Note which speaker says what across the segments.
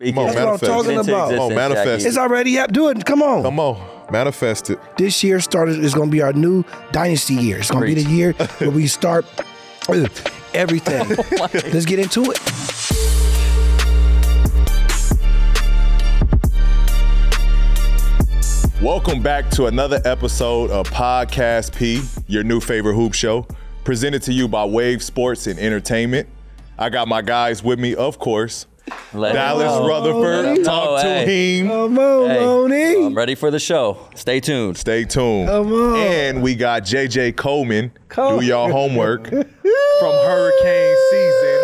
Speaker 1: That's what I'm
Speaker 2: manifest.
Speaker 1: talking
Speaker 2: Into
Speaker 1: about.
Speaker 2: existence,
Speaker 3: Oh, manifest
Speaker 2: Jackie.
Speaker 1: It's already happened. Do it. Come on.
Speaker 2: Come on, manifest it.
Speaker 1: This year started is going to be our new dynasty year. It's going to be the year where we start uh, everything. Let's get into it.
Speaker 2: Welcome back to another episode of Podcast P, your new favorite hoop show, presented to you by Wave Sports and Entertainment. I got my guys with me, of course.
Speaker 3: Let it
Speaker 2: Dallas
Speaker 3: go.
Speaker 2: Rutherford,
Speaker 3: Oh,
Speaker 2: talk to
Speaker 3: hey.
Speaker 2: him.
Speaker 1: Come on,
Speaker 3: Hey,
Speaker 1: Lonnie.
Speaker 3: I'm ready for the show. Stay tuned.
Speaker 2: Stay tuned.
Speaker 1: Come on.
Speaker 2: And we got JJ Coleman.
Speaker 1: Come-
Speaker 2: Do y'all homework from hurricane season.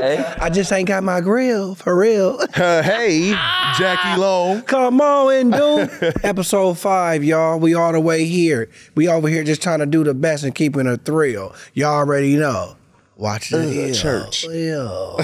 Speaker 3: Hey,
Speaker 1: I just ain't got my grill for real.
Speaker 2: Uh, hey, Jackie Long.
Speaker 1: Come on and do episode five, y'all. We all the way here. We over here just trying to do the best and keeping a thrill. Y'all already know. Watch the hill.
Speaker 2: church.
Speaker 1: Hill.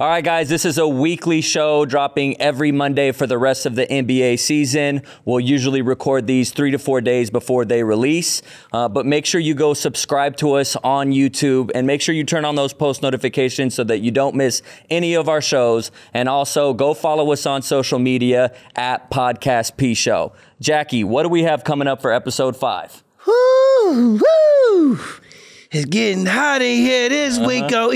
Speaker 3: All right, guys, this is a weekly show dropping every Monday for the rest of the NBA season. We'll usually record these three to four days before they release. Uh, but make sure you go subscribe to us on YouTube and make sure you turn on those post notifications so that you don't miss any of our shows. And also go follow us on social media at Podcast P Show. Jackie, what do we have coming up for episode five?
Speaker 1: Woo, woo. It's getting hot in here this
Speaker 2: Uh-huh.
Speaker 1: week on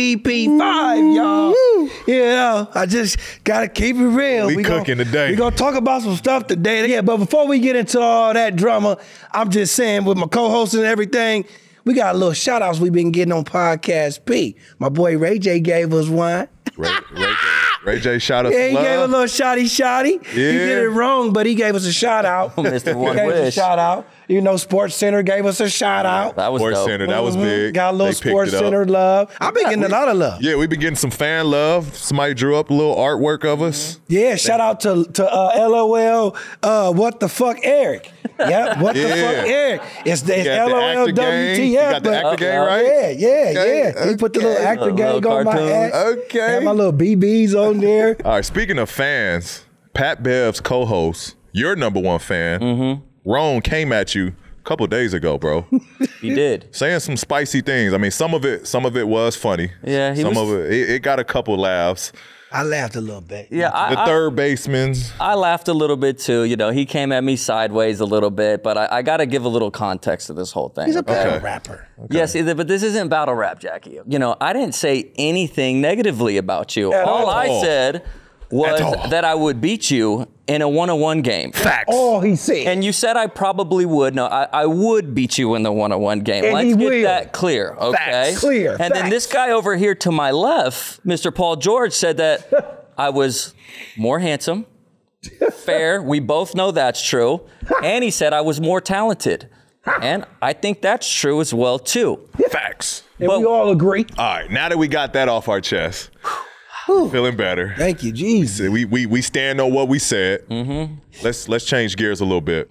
Speaker 1: EP5, y'all. Yeah, I just gotta keep it real.
Speaker 2: We
Speaker 1: gonna-
Speaker 2: cooking today.
Speaker 1: We gonna talk about some stuff today. Yeah, but before we get into all that drama, I'm just saying with my co-hosts and everything, we got a little shout outs we've been getting on Podcast P. My boy Ray J gave us one.
Speaker 2: Ray, Ray, J, Ray J shot us
Speaker 1: Yeah, he gave a
Speaker 2: love.
Speaker 1: little shotty shotty. He
Speaker 2: Yeah.
Speaker 1: did it wrong, but he gave us a shout out.
Speaker 3: Mr. Oh, One
Speaker 1: gave us a
Speaker 3: Wish.
Speaker 1: shout out. You know, Sports Center gave us a shout out.
Speaker 3: That was
Speaker 2: Sports
Speaker 3: dope.
Speaker 2: Center, that was
Speaker 1: Mhm.
Speaker 2: big.
Speaker 1: Got a little
Speaker 2: They picked it
Speaker 1: Sports
Speaker 2: up.
Speaker 1: Center love. I've been getting a lot of love. Yeah,
Speaker 2: Yeah, we been getting some fan love. Somebody drew up a little artwork of us.
Speaker 1: Mm-hmm. shout out to to uh, LOL. Uh, what the fuck, Eric? Yep, what the
Speaker 2: Yeah.
Speaker 1: fuck, Eric? It's, the- it's
Speaker 2: got the
Speaker 1: LOL
Speaker 2: actor gang.
Speaker 1: WTF.
Speaker 2: You got the
Speaker 1: but-
Speaker 2: actor gang, right?
Speaker 1: Yeah, yeah,
Speaker 2: Okay,
Speaker 1: yeah. He put the little
Speaker 2: okay.
Speaker 1: actor
Speaker 3: Little
Speaker 1: gang on my
Speaker 3: cartoon.
Speaker 1: ass.
Speaker 2: Okay.
Speaker 1: Had my little BBs on there.
Speaker 2: All right, speaking of fans, Pat Bev's co-host, your number one fan,
Speaker 3: Mm-hmm.
Speaker 2: Roan came at you a couple days ago, bro,
Speaker 3: He did.
Speaker 2: saying some spicy things. I mean, some of it, some of it was funny.
Speaker 3: Yeah, he
Speaker 2: some
Speaker 3: was-
Speaker 2: of it, it, it got a couple laughs.
Speaker 1: I laughed a little bit.
Speaker 3: Yeah, I,
Speaker 2: The
Speaker 3: I-
Speaker 2: third baseman's
Speaker 3: I laughed a little bit too. You know, he came at me sideways a little bit, but I, I got to give a little context to this whole thing.
Speaker 1: He's a
Speaker 3: okay?
Speaker 1: battle rapper.
Speaker 3: Yes, either- but this isn't battle rap, Jackie. You know, I didn't say anything negatively about you.
Speaker 1: At
Speaker 3: all,
Speaker 1: all.
Speaker 3: I said was
Speaker 2: At all.
Speaker 3: that I would beat you in a one-on-one game.
Speaker 2: facts.
Speaker 1: All he said.
Speaker 3: And you said I probably would. No, I, I would beat you in the one-on-one game.
Speaker 1: And
Speaker 3: Let's
Speaker 1: he
Speaker 3: get
Speaker 1: will.
Speaker 3: that clear, okay?
Speaker 2: Facts.
Speaker 1: Clear,
Speaker 3: And then this
Speaker 1: facts.
Speaker 3: guy over here to my left, Mr. Paul George, said that I was more handsome, fair. We both know that's true. And he said I was more talented. And I think that's true as well too.
Speaker 2: Facts.
Speaker 1: and we
Speaker 3: but-
Speaker 1: all agree.
Speaker 2: All right, now that we got that off our chest, feeling better.
Speaker 1: Thank you, Jesus.
Speaker 2: We, we we stand on what we said. Mm-hmm. Let's let's change gears a little bit.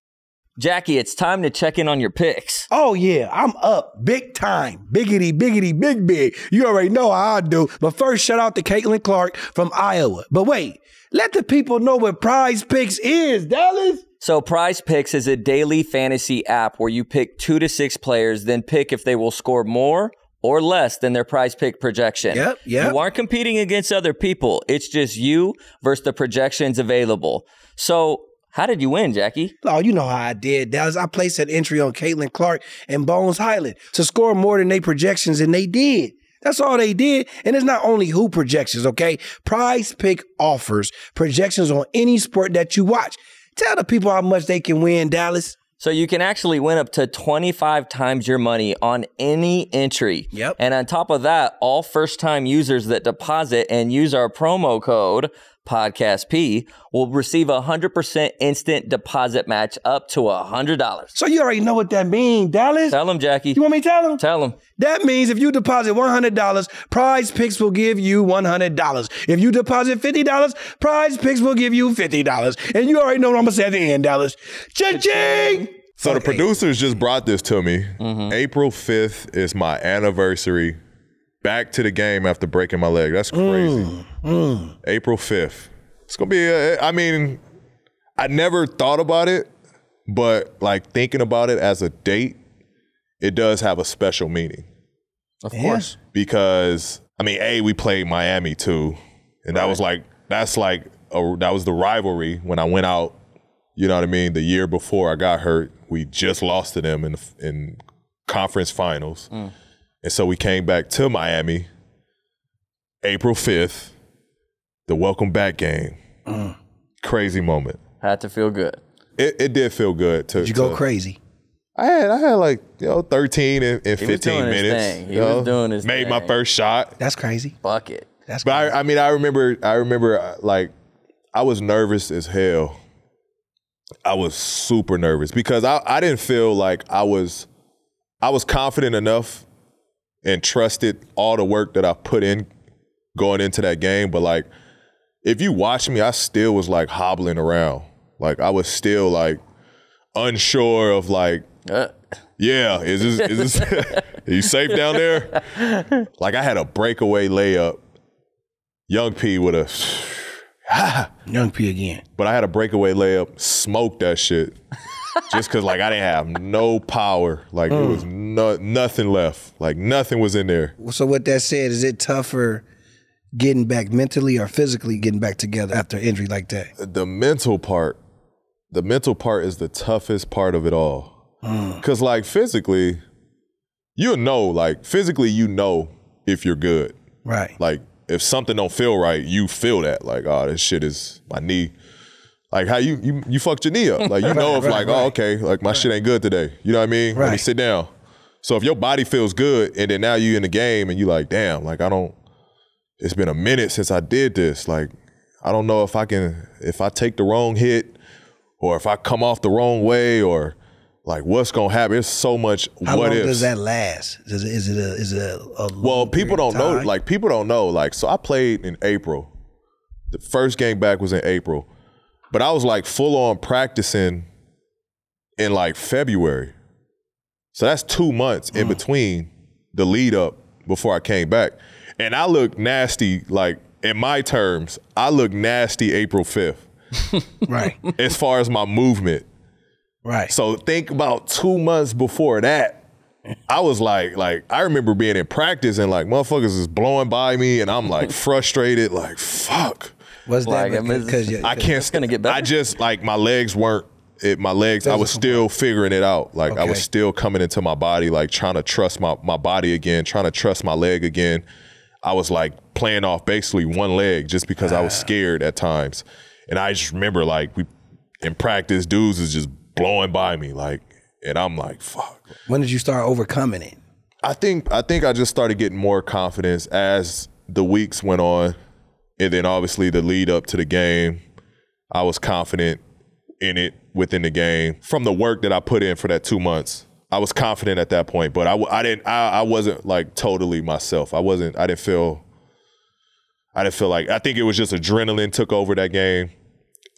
Speaker 3: Jackie, it's time to check in on your picks.
Speaker 1: Oh yeah, I'm up big time. Biggity, biggity, big, big. You already know how I do. But first, shout out to Caitlin Clark from Iowa. But wait, let the people know what Prize Picks is, Dallas.
Speaker 3: So, Prize Picks is a daily fantasy app where you pick two to six players, then pick if they will score more or less than their prize pick projection.
Speaker 1: Yep, yep.
Speaker 3: You aren't competing against other people, it's just you versus the projections available. So, how did you win, Jackie?
Speaker 1: Oh, you know how I did, Dallas. I placed an entry on Caitlin Clark and Bones Highland to score more than they projections, and they did. That's all they did. And it's not only who projections, okay? Prize Pick offers projections on any sport that you watch. Tell the people how much they can win, Dallas.
Speaker 3: So you can actually win up to 25 times your money on any entry.
Speaker 1: Yep.
Speaker 3: And on top of that, all first-time users that deposit and use our promo code podcast P, will receive a 100% instant deposit match up to $100.
Speaker 1: So you already know what that means, Dallas.
Speaker 3: Tell them, Jackie.
Speaker 1: You want me to tell them?
Speaker 3: Tell them.
Speaker 1: That means if you deposit $100, Prize Picks will give you $100. If you deposit $50, Prize Picks will give you $50. And you already know what I'm going to say at the end, Dallas. Cha-ching!
Speaker 2: So Mm-hmm. the producers just brought this to me. April 5th is my anniversary. Back to the game after breaking my leg. That's crazy. April 5th. It's going to be, a, I mean, I never thought about it, but like thinking about it as a date, it does have a special meaning
Speaker 3: Of
Speaker 1: Yeah.
Speaker 3: course.
Speaker 2: because, I mean, A, we played Miami too. And that was like, that's like, a, that was the rivalry when I went out, you know what I mean? The year before I got hurt, we just lost to them in, the, in conference finals.
Speaker 3: Mm.
Speaker 2: And so we came back to Miami April 5th, the welcome back game.
Speaker 3: Mm.
Speaker 2: Crazy moment.
Speaker 3: Had to feel good.
Speaker 2: It, it did feel good to
Speaker 1: Did you go
Speaker 2: to-
Speaker 1: crazy?
Speaker 2: I had I had like you know 13 and, and 15
Speaker 3: doing his
Speaker 2: minutes.
Speaker 3: thing. He
Speaker 2: you
Speaker 3: was
Speaker 2: know.
Speaker 3: doing his
Speaker 2: made my
Speaker 3: thing.
Speaker 2: first shot.
Speaker 1: That's crazy.
Speaker 3: Bucket.
Speaker 1: That's crazy.
Speaker 2: But I, I mean, I remember, I remember, uh, like, I was nervous as hell. I was super nervous because I, I didn't feel like I was, I was confident enough and trusted all the work that I put in going into that game. But like, if you watch me, I still was like hobbling around. Like I was still like unsure of like
Speaker 3: Uh,
Speaker 2: yeah, is this is this are you safe down there? Like I had a breakaway layup. Young P would have
Speaker 1: Young P again.
Speaker 2: but I had a breakaway layup, smoked that shit. Just cause like I didn't have no power. Like there was no, nothing left. Like nothing was in there.
Speaker 1: So what that said, is it tougher getting back mentally or physically getting back together after injury like that?
Speaker 2: the mental part the mental part is the toughest part of it all because like physically you'll know like physically you know if you're good
Speaker 1: Right.
Speaker 2: like if something don't feel right you feel that like oh this shit is my knee like how you you, you fucked your knee up like you know if
Speaker 1: right,
Speaker 2: like oh okay like my shit ain't good today you know what i mean let me
Speaker 1: Right.
Speaker 2: sit down so if your body feels good and then now you in the game and you like damn like i don't it's been a minute since I did this. Like, I don't know if I can, if I take the wrong hit or if I come off the wrong way or like what's going to happen. It's so much
Speaker 1: How
Speaker 2: what
Speaker 1: long
Speaker 2: ifs.
Speaker 1: does that last? Is it is it a, is it a, a long
Speaker 2: well, people
Speaker 1: period
Speaker 2: don't
Speaker 1: of
Speaker 2: know.
Speaker 1: time?
Speaker 2: Like, people don't know. Like, so I played in April. The first game back was in April, but I was like full on practicing in like February. So that's two months in between the lead up before I came back. And I look nasty, like in my terms, I look nasty April 5th
Speaker 1: right,
Speaker 2: as far as my movement.
Speaker 1: right.
Speaker 2: So think about two months before that. I was like, like I remember being in practice and like motherfuckers is blowing by me, and I'm like frustrated, like fuck,
Speaker 1: What's
Speaker 3: Like,
Speaker 1: that?
Speaker 3: I'm just-
Speaker 1: Because you
Speaker 2: I can't.
Speaker 3: gonna get better.
Speaker 2: I just like my legs weren't. It, my legs, I was still figuring it out. Like I
Speaker 1: Okay.
Speaker 2: was still coming into my body, like trying to trust my my body again, trying to trust my leg again. I was like playing off basically one leg just because I was scared at times. And I just remember like we in practice, dudes is just blowing by me, like, and I'm like, fuck.
Speaker 1: when did you start overcoming it?
Speaker 2: I think I think I just started getting more confidence as the weeks went on, and then obviously the lead up to the game, I was confident in it within the game from the work that I put in for that two months. I was confident at that point, but I, w- I didn't I, I wasn't like totally myself. I wasn't I didn't feel I didn't feel like I think it was just adrenaline took over that game,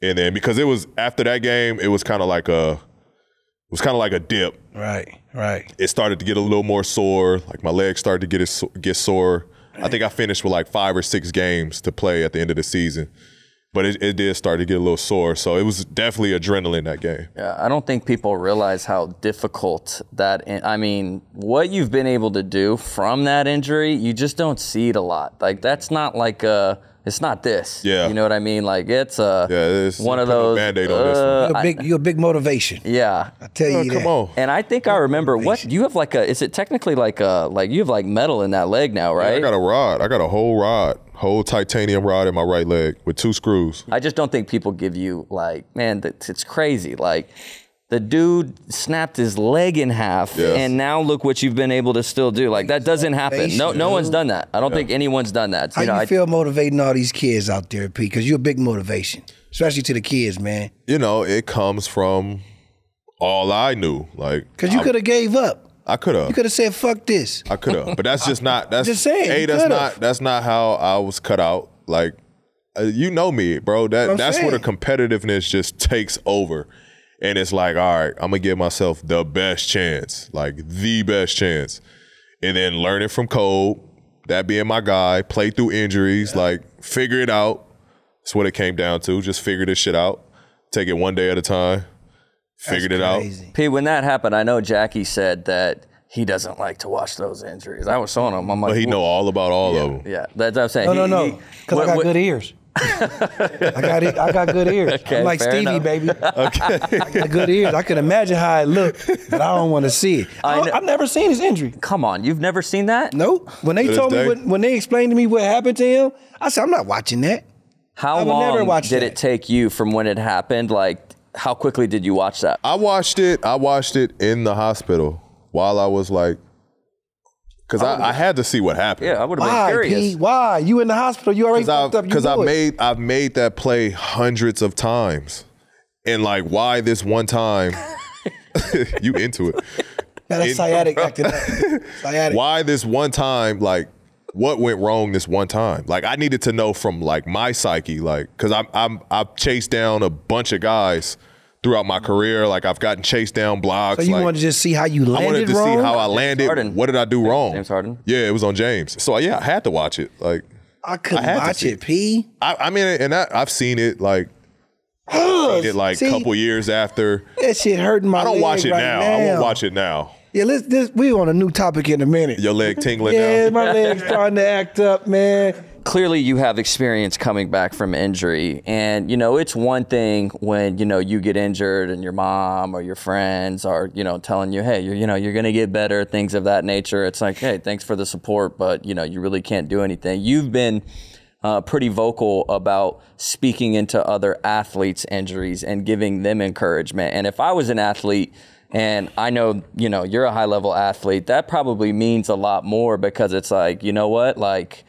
Speaker 2: and then because it was after that game, it was kind of like a it was kind of like a dip
Speaker 1: Right, right.
Speaker 2: it started to get a little more sore. Like my legs started to get it, so- get sore. I think I finished with like five or six games to play at the end of the season, but it, it did start to get a little sore. So it was definitely adrenaline that game.
Speaker 3: yeah, I don't think people realize how difficult that. In- I mean, what you've been able to do from that injury, you just don't see it a lot. Like that's not like a. It's not this.
Speaker 2: Yeah.
Speaker 3: You know what I mean? Like it's a.
Speaker 2: Yeah, it's
Speaker 3: one of
Speaker 2: put a
Speaker 3: those.
Speaker 2: Band-Aid on this one.
Speaker 3: uh,
Speaker 1: You're a big, you're a big motivation.
Speaker 3: yeah.
Speaker 1: I tell you
Speaker 3: uh,
Speaker 2: Come
Speaker 1: that.
Speaker 2: on,
Speaker 3: And I think I remember what you have like a. Is it technically like a like you have like metal in that leg now, right?
Speaker 2: I got a rod. I got a whole rod, whole titanium rod in my right leg with two screws.
Speaker 3: I just don't think people give you like, man, that's, it's crazy. Like, The dude snapped his leg in half,
Speaker 2: Yes.
Speaker 3: and now look what you've been able to still do. Like that doesn't happen. No, no one's done that. I don't think anyone's done that.
Speaker 1: How you,
Speaker 3: know, I-
Speaker 1: feel motivating all these kids out there, Pete? Because you're a big motivation, especially to the kids, man.
Speaker 2: You know, it comes from all I knew. Like
Speaker 1: Because you
Speaker 2: I-
Speaker 1: could have gave up.
Speaker 2: I could
Speaker 1: You
Speaker 2: have.
Speaker 1: could have said, "Fuck this."
Speaker 2: I could have, but that's just not. That's
Speaker 1: Just saying,
Speaker 2: Hey,
Speaker 1: you
Speaker 2: that's
Speaker 1: could've.
Speaker 2: not. That's not how I was cut out. Like, uh, you know me, bro. That
Speaker 1: I'm
Speaker 2: that's where the
Speaker 1: saying.
Speaker 2: competitiveness just takes over, and it's like, all right, I'm gonna give myself the best chance, like the best chance, and then learning from Cole, that being my guy, play through injuries, like figure it out. That's what it came down to. Just figure this shit out. Take it one day at a time. Figured it out.
Speaker 3: Pete, when that happened, I know Jackie said that he doesn't like to watch those injuries. I was showing him. I'm like,
Speaker 2: But he know all about all of them.
Speaker 3: Yeah, that's what I'm saying.
Speaker 1: No,
Speaker 3: He-
Speaker 1: no,
Speaker 3: he-
Speaker 1: no. Because I
Speaker 3: what-
Speaker 1: got
Speaker 3: what-
Speaker 1: good ears. I got it. I got good ears.
Speaker 3: Okay,
Speaker 1: I'm like
Speaker 3: fair
Speaker 1: Stevie,
Speaker 3: enough.
Speaker 1: baby. I got good ears. I can imagine how it looked, but I don't want to see it. I
Speaker 3: kn-
Speaker 1: have never seen his injury.
Speaker 3: Come on, you've never seen that?
Speaker 1: Nope. When they
Speaker 2: this
Speaker 1: told me,
Speaker 2: day?
Speaker 1: what, when they explained to me what happened to him, I said, "I'm not watching that."
Speaker 3: How
Speaker 1: I would
Speaker 3: long
Speaker 1: never watch
Speaker 3: did
Speaker 1: that.
Speaker 3: it take you from when it happened? Like, how quickly did you watch that?
Speaker 2: I watched it. I watched it in the hospital while I was like, because I, I had to see what happened.
Speaker 3: Yeah, I would have been
Speaker 1: Why,
Speaker 3: curious.
Speaker 1: P? Why you in the hospital? You already fucked up. You
Speaker 2: because
Speaker 1: know
Speaker 2: I
Speaker 1: it.
Speaker 2: made I've made that play hundreds of times, and like why this one time? you into it?
Speaker 1: Got a
Speaker 2: it-
Speaker 1: sciatic acting up. Sciatic.
Speaker 2: Why this one time? Like what went wrong this one time? Like I needed to know from like my psyche, like because I'm I'm I've chased down a bunch of guys throughout my career. Like I've gotten chased down blocks.
Speaker 1: So you
Speaker 2: like,
Speaker 1: wanted to just see how you
Speaker 2: I
Speaker 1: landed
Speaker 2: wanted to
Speaker 1: wrong?
Speaker 2: see how I landed.
Speaker 3: Harden.
Speaker 2: What did I do wrong?
Speaker 3: James Harden.
Speaker 2: Yeah, it was on James. So yeah, I had to watch it. Like
Speaker 1: I couldn't
Speaker 2: I had to
Speaker 1: watch
Speaker 2: see
Speaker 1: it, P.
Speaker 2: I, I mean, and I, I've seen it like seen it like a
Speaker 1: See?
Speaker 2: couple years after.
Speaker 1: That shit hurting my.
Speaker 2: I don't
Speaker 1: leg
Speaker 2: watch it
Speaker 1: right
Speaker 2: now. I won't watch it now.
Speaker 1: Yeah, let's. This, we on a new topic in a minute.
Speaker 2: Your leg tingling
Speaker 1: yeah,
Speaker 2: now.
Speaker 1: my legs starting to act up, man.
Speaker 3: clearly you have experience coming back from injury and you know it's one thing when you know you get injured and your mom or your friends are you know telling you hey you're, you know you're going to get better things of that nature it's like hey thanks for the support but you know you really can't do anything you've been uh, pretty vocal about speaking into other athletes injuries and giving them encouragement and if i was an athlete and I know, you know, you're a high level athlete. That probably means a lot more because it's like, you know what? Like,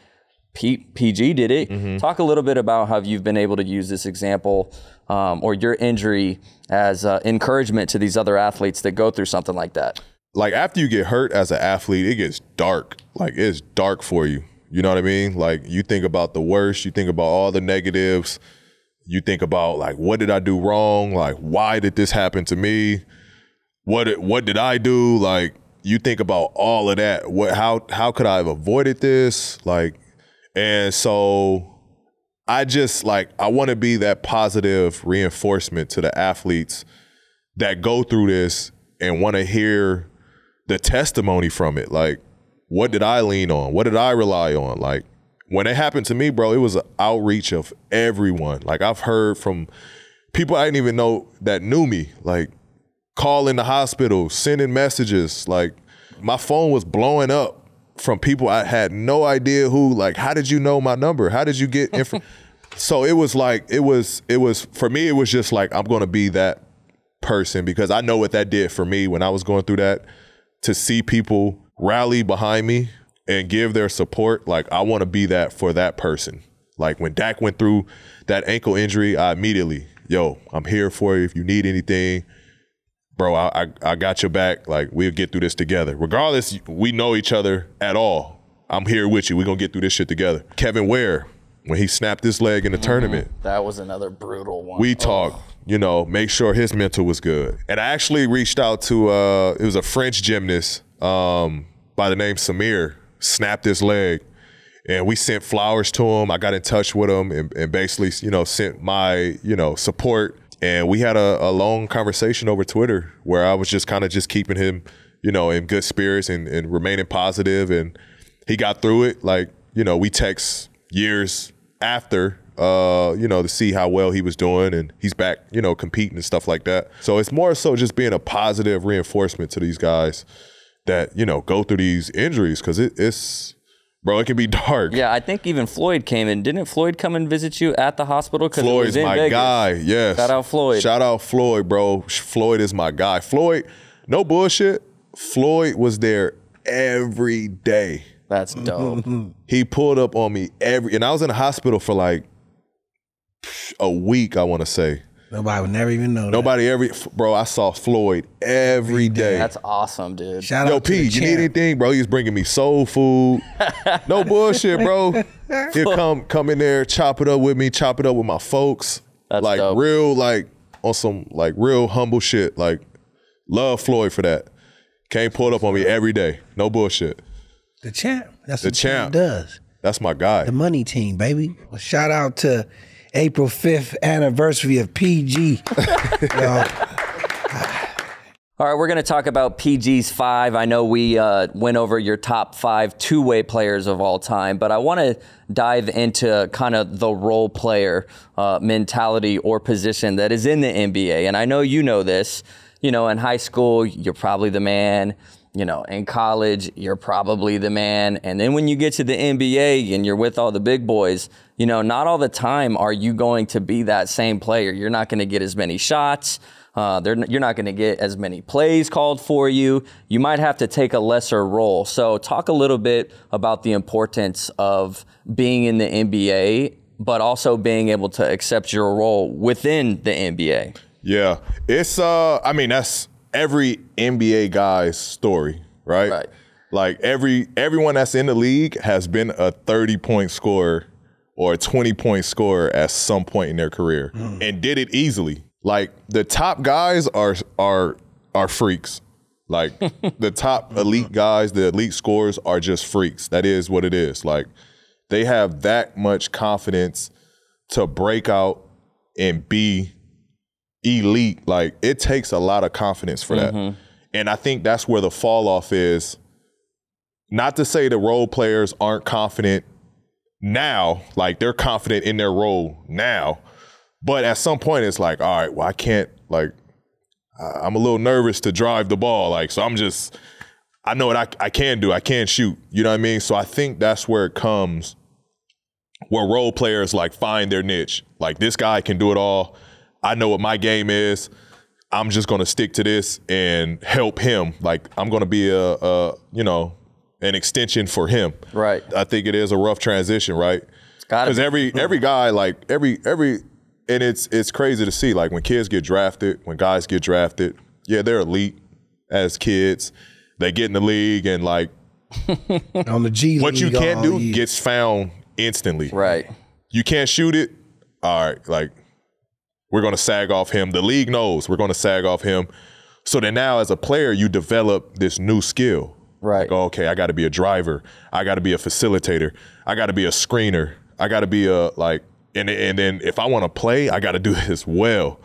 Speaker 3: P- PG did it.
Speaker 2: Mm-hmm.
Speaker 3: Talk a little bit about how you've been able to use this example um, or your injury as uh, encouragement to these other athletes that go through something like that.
Speaker 2: Like after you get hurt as an athlete, it gets dark. Like it's dark for you. You know what I mean? Like you think about the worst. You think about all the negatives. You think about like what did I do wrong? Like why did this happen to me? what what did I do? Like you think about all of that. What how how could I have avoided this? Like and so I just like I want to be that positive reinforcement to the athletes that go through this and want to hear the testimony from it. Like what did I lean on? What did I rely on? Like when it happened to me, bro, it was an outreach of everyone. Like I've heard from people I didn't even know that knew me. Like calling the hospital, sending messages. Like my phone was blowing up from people I had no idea who. Like, how did you know my number? How did you get info? so it was like it was it was for me. It was just like I'm gonna be that person because I know what that did for me when I was going through that. To see people rally behind me and give their support, like I want to be that for that person. Like when Dak went through that ankle injury, I immediately, yo, I'm here for you if you need anything bro, I, I I got your back. Like we'll get through this together. Regardless, we know each other at all. I'm here with you. We're gonna get through this shit together. Kevin Ware, when he snapped his leg in the tournament,
Speaker 3: That was another brutal one.
Speaker 2: we talked. You know, make sure his mental was good. And I actually reached out to uh, it was a French gymnast um, by the name Samir. Snapped his leg, and we sent flowers to him. I got in touch with him and, and basically, you know, sent my you know support. And we had a, a long conversation over Twitter where I was just kind of just keeping him, you know, in good spirits and, and remaining positive. And he got through it. Like you know, we text years after, uh, you know, to see how well he was doing, and he's back, you know, competing and stuff like that. So it's more so just being a positive reinforcement to these guys that you know go through these injuries because it, it's bro. It can be dark.
Speaker 3: Yeah, I think even Floyd came in. Didn't Floyd come and visit you at the hospital? 'Cause it was
Speaker 2: Floyd's
Speaker 3: in
Speaker 2: my
Speaker 3: Vegas?
Speaker 2: guy. Yes.
Speaker 3: Shout out Floyd.
Speaker 2: Shout out Floyd, bro. Sh- Floyd is my guy. Floyd, no bullshit. Floyd was there every day.
Speaker 3: That's dope.
Speaker 2: He pulled up on me every, and I was in the hospital for like psh, a week. I want to say
Speaker 1: Nobody would never even know. that.
Speaker 2: nobody every f- bro. I saw Floyd every day.
Speaker 3: That's awesome, dude.
Speaker 1: Shout
Speaker 2: Yo,
Speaker 1: out to
Speaker 2: P,
Speaker 1: the
Speaker 2: you need
Speaker 1: champ.
Speaker 2: anything, bro? He's bringing me soul food. No bullshit, bro. He'll come come in there, chop it up with me, chop it up with my folks.
Speaker 3: That's
Speaker 2: like
Speaker 3: dope.
Speaker 2: real, like on some like real humble shit. Like love Floyd for that. Can't pull up on me every day. No bullshit.
Speaker 1: The champ. That's the what
Speaker 2: champ.
Speaker 1: champ does.
Speaker 2: That's my guy.
Speaker 1: The money team, baby. Well, shout out to April 5th anniversary of PG. Yo,
Speaker 3: All right, we're going to talk about PG's five. I know we uh, went over your top five two way players of all time, but I want to dive into kind of the role player uh, mentality or position that is in the NBA. And I know you know this. You know, in high school, you're probably the man. You know, in college, you're probably the man. And then when you get to the NBA and you're with all the big boys, you know, not all the time are you going to be that same player. You're not going to get as many shots. Uh, they're, you're not going to get as many plays called for you. You might have to take a lesser role. So, talk a little bit about the importance of being in the NBA, but also being able to accept your role within the NBA.
Speaker 2: Yeah. It's uh I mean that's every NBA guy's story, right?
Speaker 3: Right.
Speaker 2: Like every everyone that's in the league has been a 30 point scorer or a 20 point scorer at some point in their career and did it easily. Like the top guys are are are freaks. Like the top elite guys, the elite scorers are just freaks. That is what it is. Like they have that much confidence to break out and be elite. Like it takes a lot of confidence for that. And I think that's where the fall off is. Not to say the role players aren't confident now, like they're confident in their role now. But at some point it's like, all right, well, I can't like I- I'm a little nervous to drive the ball. Like, so I'm just I know what I, I can do. I can shoot. You know what I mean? So I think that's where it comes where role players like find their niche. Like this guy can do it all. I know what my game is. I'm just gonna stick to this and help him. Like I'm gonna be a, a you know an extension for him.
Speaker 3: Right.
Speaker 2: I think it is a rough transition, right?
Speaker 3: gotta
Speaker 2: Because
Speaker 3: be.
Speaker 2: every every guy like every every and it's it's crazy to see like when kids get drafted, when guys get drafted. Yeah, they're elite as kids. They get in the league and like
Speaker 1: on the G
Speaker 2: what you
Speaker 1: League
Speaker 2: can't
Speaker 1: all
Speaker 2: do
Speaker 1: year.
Speaker 2: gets found instantly
Speaker 3: Right.
Speaker 2: you can't shoot it. All right, like we're gonna sag off him. The league knows we're gonna sag off him. So then now as a player, you develop this new skill.
Speaker 3: Right.
Speaker 2: Like, oh, okay, I gotta be a driver, I gotta be a facilitator, I gotta be a screener, I gotta be a like and and then if I wanna play, I gotta do this well.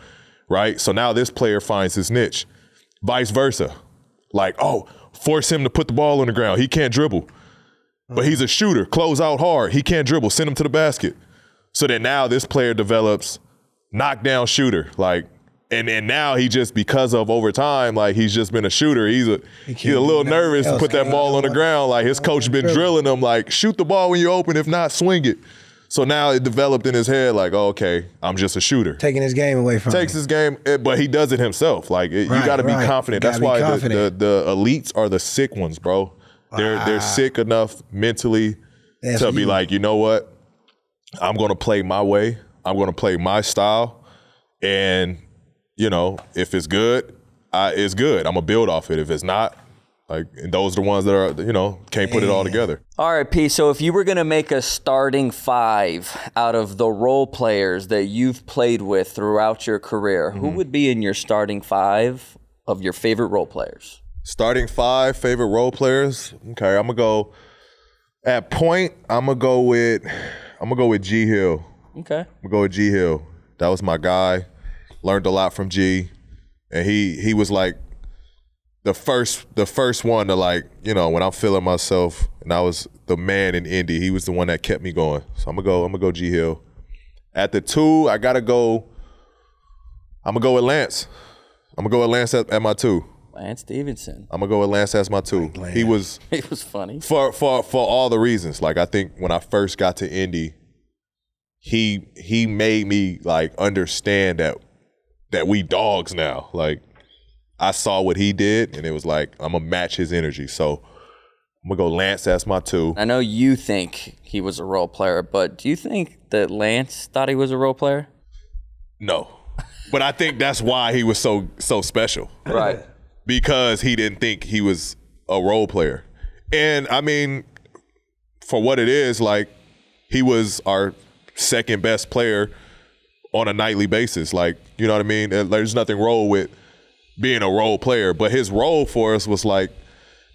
Speaker 2: Right? So now this player finds his niche. Vice versa. Like, oh, force him to put the ball on the ground. He can't dribble. But he's a shooter. Close out hard. He can't dribble. Send him to the basket. So that now this player develops knockdown shooter. Like, and and now he just because of over time, like he's just been a shooter. He's a he's a little nervous to
Speaker 1: else.
Speaker 2: put that ball on the ground. Like his coach been drilling him, like shoot the ball when you open. If not, swing it. So now it developed in his head, like oh, okay, I'm just a shooter.
Speaker 1: taking his game away from
Speaker 2: Takes
Speaker 1: him.
Speaker 2: his game, eh, but he does it himself. Like it, you
Speaker 1: Right,
Speaker 2: got to be
Speaker 1: right.
Speaker 2: confident.
Speaker 1: You
Speaker 2: That's why
Speaker 1: gotta be
Speaker 2: the-
Speaker 1: confident.
Speaker 2: The, the elites are the sick ones, bro. They're they're sick enough mentally
Speaker 1: That's
Speaker 2: to
Speaker 1: what
Speaker 2: be
Speaker 1: you-
Speaker 2: like, you know what? I'm gonna play my way. I'm gonna play my style, and you know, if it's good, I, it's good. I'm gonna build off it. If it's not, like and those are the ones that are, you know, can't put it all together.
Speaker 3: All right, P. So if you were going to make a starting five out of the role players that you've played with throughout your career, who would be in your starting five of your favorite role players?
Speaker 2: Starting five favorite role players. Okay, I'm gonna go at point. I'm gonna go with I'm gonna go with G Hill.
Speaker 3: Okay.
Speaker 2: I'm gonna go with G Hill. That was my guy. Learned a lot from G, and he he was like the first the first one to like you know when I'm feeling myself and I was the man in Indy. He was the one that kept me going. So I'm gonna go. I'm gonna go G Hill. At the two, I gotta go. I'm gonna go with Lance. I'm gonna go with Lance at, at my two.
Speaker 3: Lance Stevenson.
Speaker 2: I'm gonna go with Lance as my two. He was
Speaker 3: It was funny.
Speaker 2: for for for all the reasons. Like I think when I first got to Indy, he he made me like understand that that we dogs now. Like I saw what he did, and it was like I'm gonna match his energy. So I'm gonna go Lance. That's my two.
Speaker 3: I know you think he was a role player, but do you think that Lance thought he was a role player?
Speaker 2: No, but I think that's why he was so so special
Speaker 3: Right.
Speaker 2: because he didn't think he was a role player. And I mean, for what it is, like he was our second best player on a nightly basis. Like, you know what I mean? Uh, There's nothing wrong with being a role player, but his role for us was like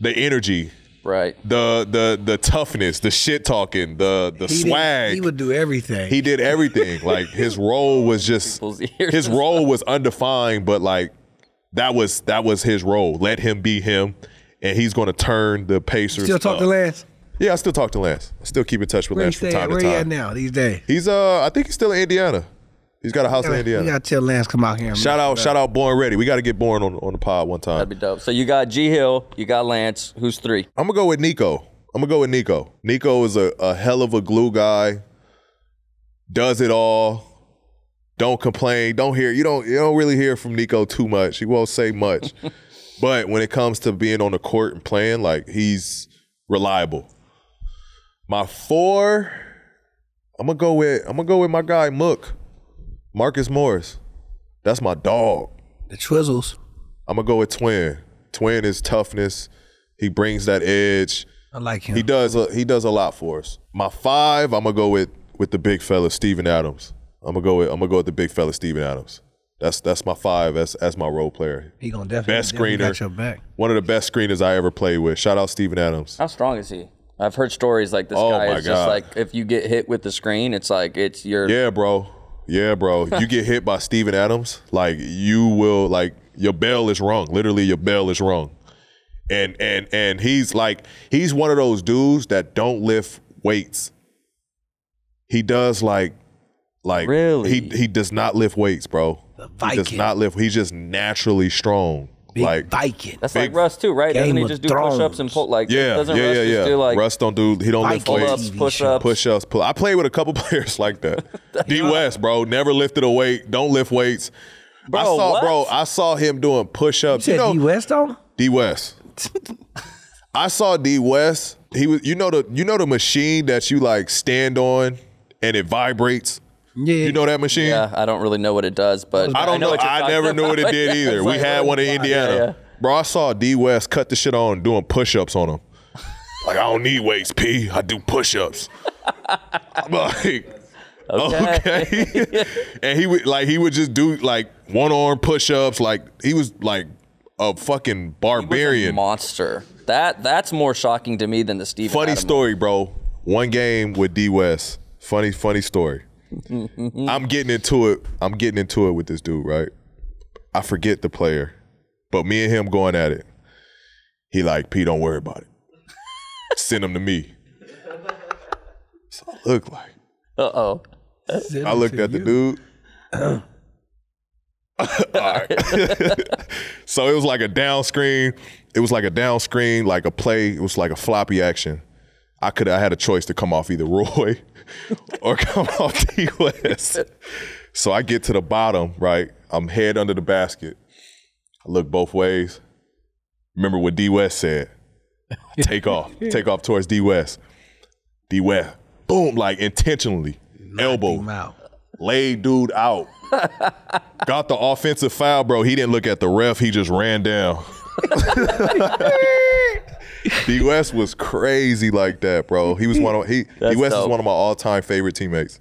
Speaker 2: the energy,
Speaker 3: Right.
Speaker 2: the the the toughness, the shit talking, the the
Speaker 1: He did-
Speaker 2: swag.
Speaker 1: He would do everything.
Speaker 2: He did everything. like his role was just
Speaker 3: People's ears
Speaker 2: his
Speaker 3: and
Speaker 2: role was undefined, but like that was that was his role. Let him be him, and he's going to turn the Pacers.
Speaker 1: Still talk
Speaker 2: up.
Speaker 1: to Lance.
Speaker 2: Yeah, I still talk to Lance. I still keep in touch with
Speaker 1: Where he
Speaker 2: Lance
Speaker 1: stay
Speaker 2: from
Speaker 1: at?
Speaker 2: time
Speaker 1: Where
Speaker 2: to
Speaker 1: he at
Speaker 2: time.
Speaker 1: now these days?
Speaker 2: He's uh, I think he's still in Indiana. He's got a house in
Speaker 1: We
Speaker 2: Indiana.
Speaker 1: gotta tell Lance come out here. and
Speaker 2: shout out, shout out, Born Ready. We got to get Born on on the pod one time.
Speaker 3: That'd be dope. So you got G Hill, you got Lance. Who's three?
Speaker 2: I'm gonna go with Nico. I'm gonna go with Nico. Nico is a, a hell of a glue guy. Does it all. Don't complain. Don't hear you don't you don't really hear from Nico too much. He won't say much. but when it comes to being on the court and playing, like he's reliable. My four, I'm gonna go with I'm gonna go with my guy Mook. Marcus Morris. That's my dog.
Speaker 1: The Twizzles.
Speaker 2: I'm gonna go with Twin. Twin is toughness. He brings that edge.
Speaker 1: I like him.
Speaker 2: He does. A, he does a lot for us. My five. I'm gonna go with with the big fella, Steven Adams. I'm gonna go with. I'm gonna go with the big fella, Steven Adams. That's that's my five. That's that's my role player.
Speaker 1: he gonna definitely
Speaker 2: Best
Speaker 1: definitely
Speaker 2: screener.
Speaker 1: got your back.
Speaker 2: One of the best screeners I ever played with. Shout out Steven Adams.
Speaker 3: How strong is he? I've heard stories like this
Speaker 2: Oh
Speaker 3: guy
Speaker 2: my
Speaker 3: is just
Speaker 2: God.
Speaker 3: like if you get hit with the screen, it's like it's your
Speaker 2: Yeah, bro. Yeah, bro. You get hit by Steven Adams, like you will like your bell is rung. Literally, your bell is rung. And and and he's like he's one of those dudes that don't lift weights. He does like like
Speaker 3: Really?
Speaker 2: he he does not lift weights, bro. He does
Speaker 1: Viking.
Speaker 2: not lift. He's just naturally strong.
Speaker 1: Big
Speaker 2: like
Speaker 1: Viking.
Speaker 3: That's
Speaker 2: Big-
Speaker 3: like Russ too, right? Doesn't
Speaker 1: Game
Speaker 3: he
Speaker 1: of
Speaker 3: just do push ups and
Speaker 1: Thrones.
Speaker 3: pull like
Speaker 2: yeah,
Speaker 3: doesn't
Speaker 2: yeah,
Speaker 3: Russ
Speaker 2: yeah,
Speaker 3: just
Speaker 2: yeah.
Speaker 3: do like
Speaker 2: Russ don't do he don't lift
Speaker 1: Viking
Speaker 3: pull
Speaker 2: weights.
Speaker 3: ups,
Speaker 1: TV
Speaker 3: push
Speaker 1: show.
Speaker 3: ups?
Speaker 2: push ups. Pull. I played with a couple players like that. D West, bro, never lifted a weight. Don't lift weights. I
Speaker 3: Bro,
Speaker 2: saw,
Speaker 3: what?
Speaker 2: bro, I saw him doing push ups.
Speaker 1: Said
Speaker 2: You, know,
Speaker 1: D West on. him?
Speaker 2: D West. I saw D West. He was, you know the, you know the machine that you like stand on and it vibrates.
Speaker 1: Yeah.
Speaker 2: You know that machine?
Speaker 3: Yeah, I don't really know what it does, but
Speaker 2: I don't know.
Speaker 3: what you're
Speaker 2: I
Speaker 3: talking
Speaker 2: never knew what it
Speaker 3: about.
Speaker 2: did
Speaker 3: Yeah,
Speaker 2: either.
Speaker 3: it's
Speaker 2: We
Speaker 3: like- oh
Speaker 2: had one in Indiana.
Speaker 3: yeah.
Speaker 2: Bro, I saw D West cut the shit on doing push ups on him. Like, I don't need weights, P. I do push ups. I'm like, okay. and he would, like, he would just do, like, one arm push ups. Like, he was, like, a fucking barbarian.
Speaker 3: monster. That that's more shocking to me than the Steve.
Speaker 2: Funny story, bro. One game with D West. Funny, funny story. I'm getting into it. I'm getting into it with this dude, right? I forget the player, but me and him going at it. He like, P, don't worry about it. Send him to me. So I look like.
Speaker 3: Uh oh.
Speaker 2: I looked at the dude. All right. so it was like a down screen. It was like a down screen, like a play. It was like a floppy action. I could I had a choice to come off either Roy or come off D West. So I get to the bottom, right? I'm head under the basket. I look both ways. Remember what D West said. Take off. Take off towards D West. D West. Boom, like intentionally. Elbow
Speaker 1: Him out.
Speaker 2: laid dude out. Got the offensive foul, bro. He didn't look at the ref. He just ran down. D West was crazy like that, bro. He was one of he. D
Speaker 3: That's
Speaker 2: West is
Speaker 3: dope.
Speaker 2: one of my all-time favorite teammates.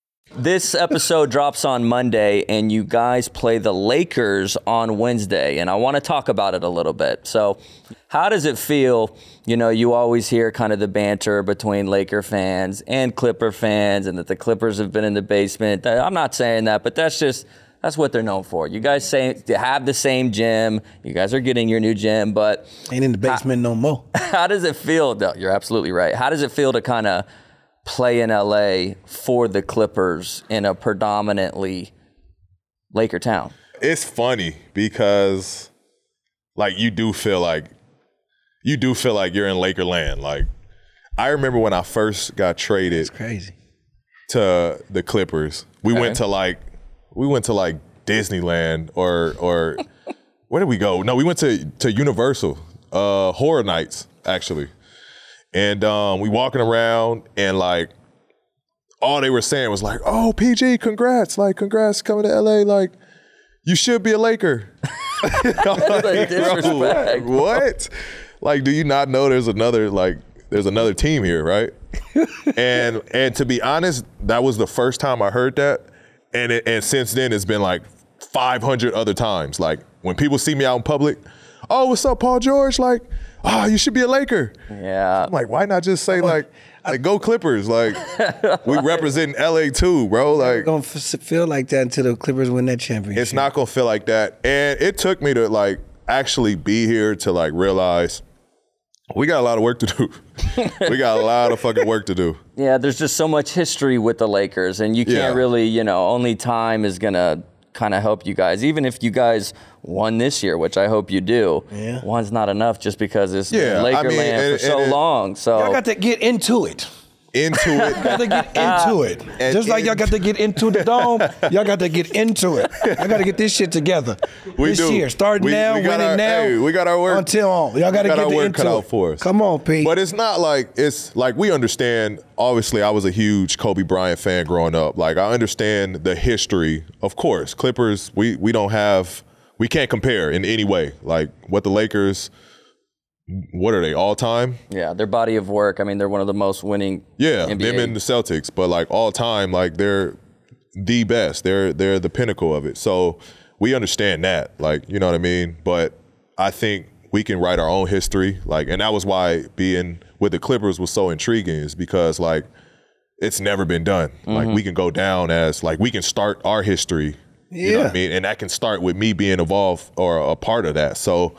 Speaker 3: This episode drops on Monday, and you guys play the Lakers on Wednesday. And I want to talk about it a little bit. So, how does it feel? You know, you always hear kind of the banter between Laker fans and Clipper fans, and that the Clippers have been in the basement. That- I'm not saying that, but that's just. That's what they're known for. You guys say to have the same gym. You guys are getting your new gym, but
Speaker 1: Ain't in the basement no more.
Speaker 3: how does it feel? No, you're absolutely right. How does it feel to kind of play in LA for the Clippers in a predominantly Laker town?
Speaker 2: it's funny because like you do feel like you do feel like you're in Laker land. Like I remember when I first got traded
Speaker 1: Crazy.
Speaker 2: to the Clippers, we went to like we went to like Disneyland or or where did we go? No, we went to to Universal uh, Horror Nights actually, and um, we walking around and like all they were saying was like, "Oh, PG, congrats! Like, congrats coming to LA! Like, you should be a Laker." I'm
Speaker 3: Like,
Speaker 2: "Bro,
Speaker 3: disrespect.
Speaker 2: what? Like, do you not know there's another like there's another team here, right? and and to be honest, that was the first time I heard that, and it, and since then it's been like 500 other times. Like when people see me out in public, oh, what's up, Paul George? Like, ah, you should be a Laker.
Speaker 3: Yeah.
Speaker 2: I'm like, why not just say like, like go Clippers? Like, we represent LA too, bro. Like,
Speaker 1: Don't f- feel like that until the Clippers win that championship.
Speaker 2: it's not gonna feel like that. And it took me to like actually be here to like realize we got a lot of work to do. we got a lot of fucking work to do.
Speaker 3: Yeah, there's just so much history with the Lakers, and you can't
Speaker 2: Yeah.
Speaker 3: really, you know, only time is going to kind of help you guys. Even if you guys won this year, which I hope you do, yeah. one's not enough just because it's
Speaker 2: Yeah,
Speaker 3: been
Speaker 2: I
Speaker 3: Laker
Speaker 2: mean,
Speaker 3: land
Speaker 2: and-
Speaker 3: for so
Speaker 2: and it-
Speaker 3: long. So
Speaker 1: Y'all got to get into it.
Speaker 2: Into it.
Speaker 1: Y'all got to
Speaker 2: Ah.
Speaker 1: get into it. Just like y'all got to get into the dome, y'all got to get into it. Y'all got to get this shit together.
Speaker 2: We
Speaker 1: this
Speaker 2: do.
Speaker 1: year, starting
Speaker 2: We-
Speaker 1: now,
Speaker 2: we got
Speaker 1: winning
Speaker 2: our-
Speaker 1: now.
Speaker 2: hey, we got our work-
Speaker 1: until on. Y'all got to
Speaker 2: got
Speaker 1: get
Speaker 2: our
Speaker 1: the
Speaker 2: work
Speaker 1: into
Speaker 2: cut
Speaker 1: it.
Speaker 2: out for us.
Speaker 1: Come on, Pete.
Speaker 2: But it's not like it's like we understand. Obviously, I was a huge Kobe Bryant fan growing up. Like I understand the history, of course. Clippers, we we don't have, we can't compare in any way. Like what the Lakers, what are they all time?
Speaker 3: yeah, their body of work. I mean, they're one of the most winning.
Speaker 2: Yeah,
Speaker 3: NBA.
Speaker 2: them and the Celtics, but like all time, like they're the best. They're they're the pinnacle of it. So we understand that, like you know what I mean. But I think we can write our own history, like, and that was why being with the Clippers was so intriguing, is because like it's never been done. Like we can go down as like we can start our history. You know what I
Speaker 1: Yeah.
Speaker 2: mean? And that can start with me being involved or a part of that. So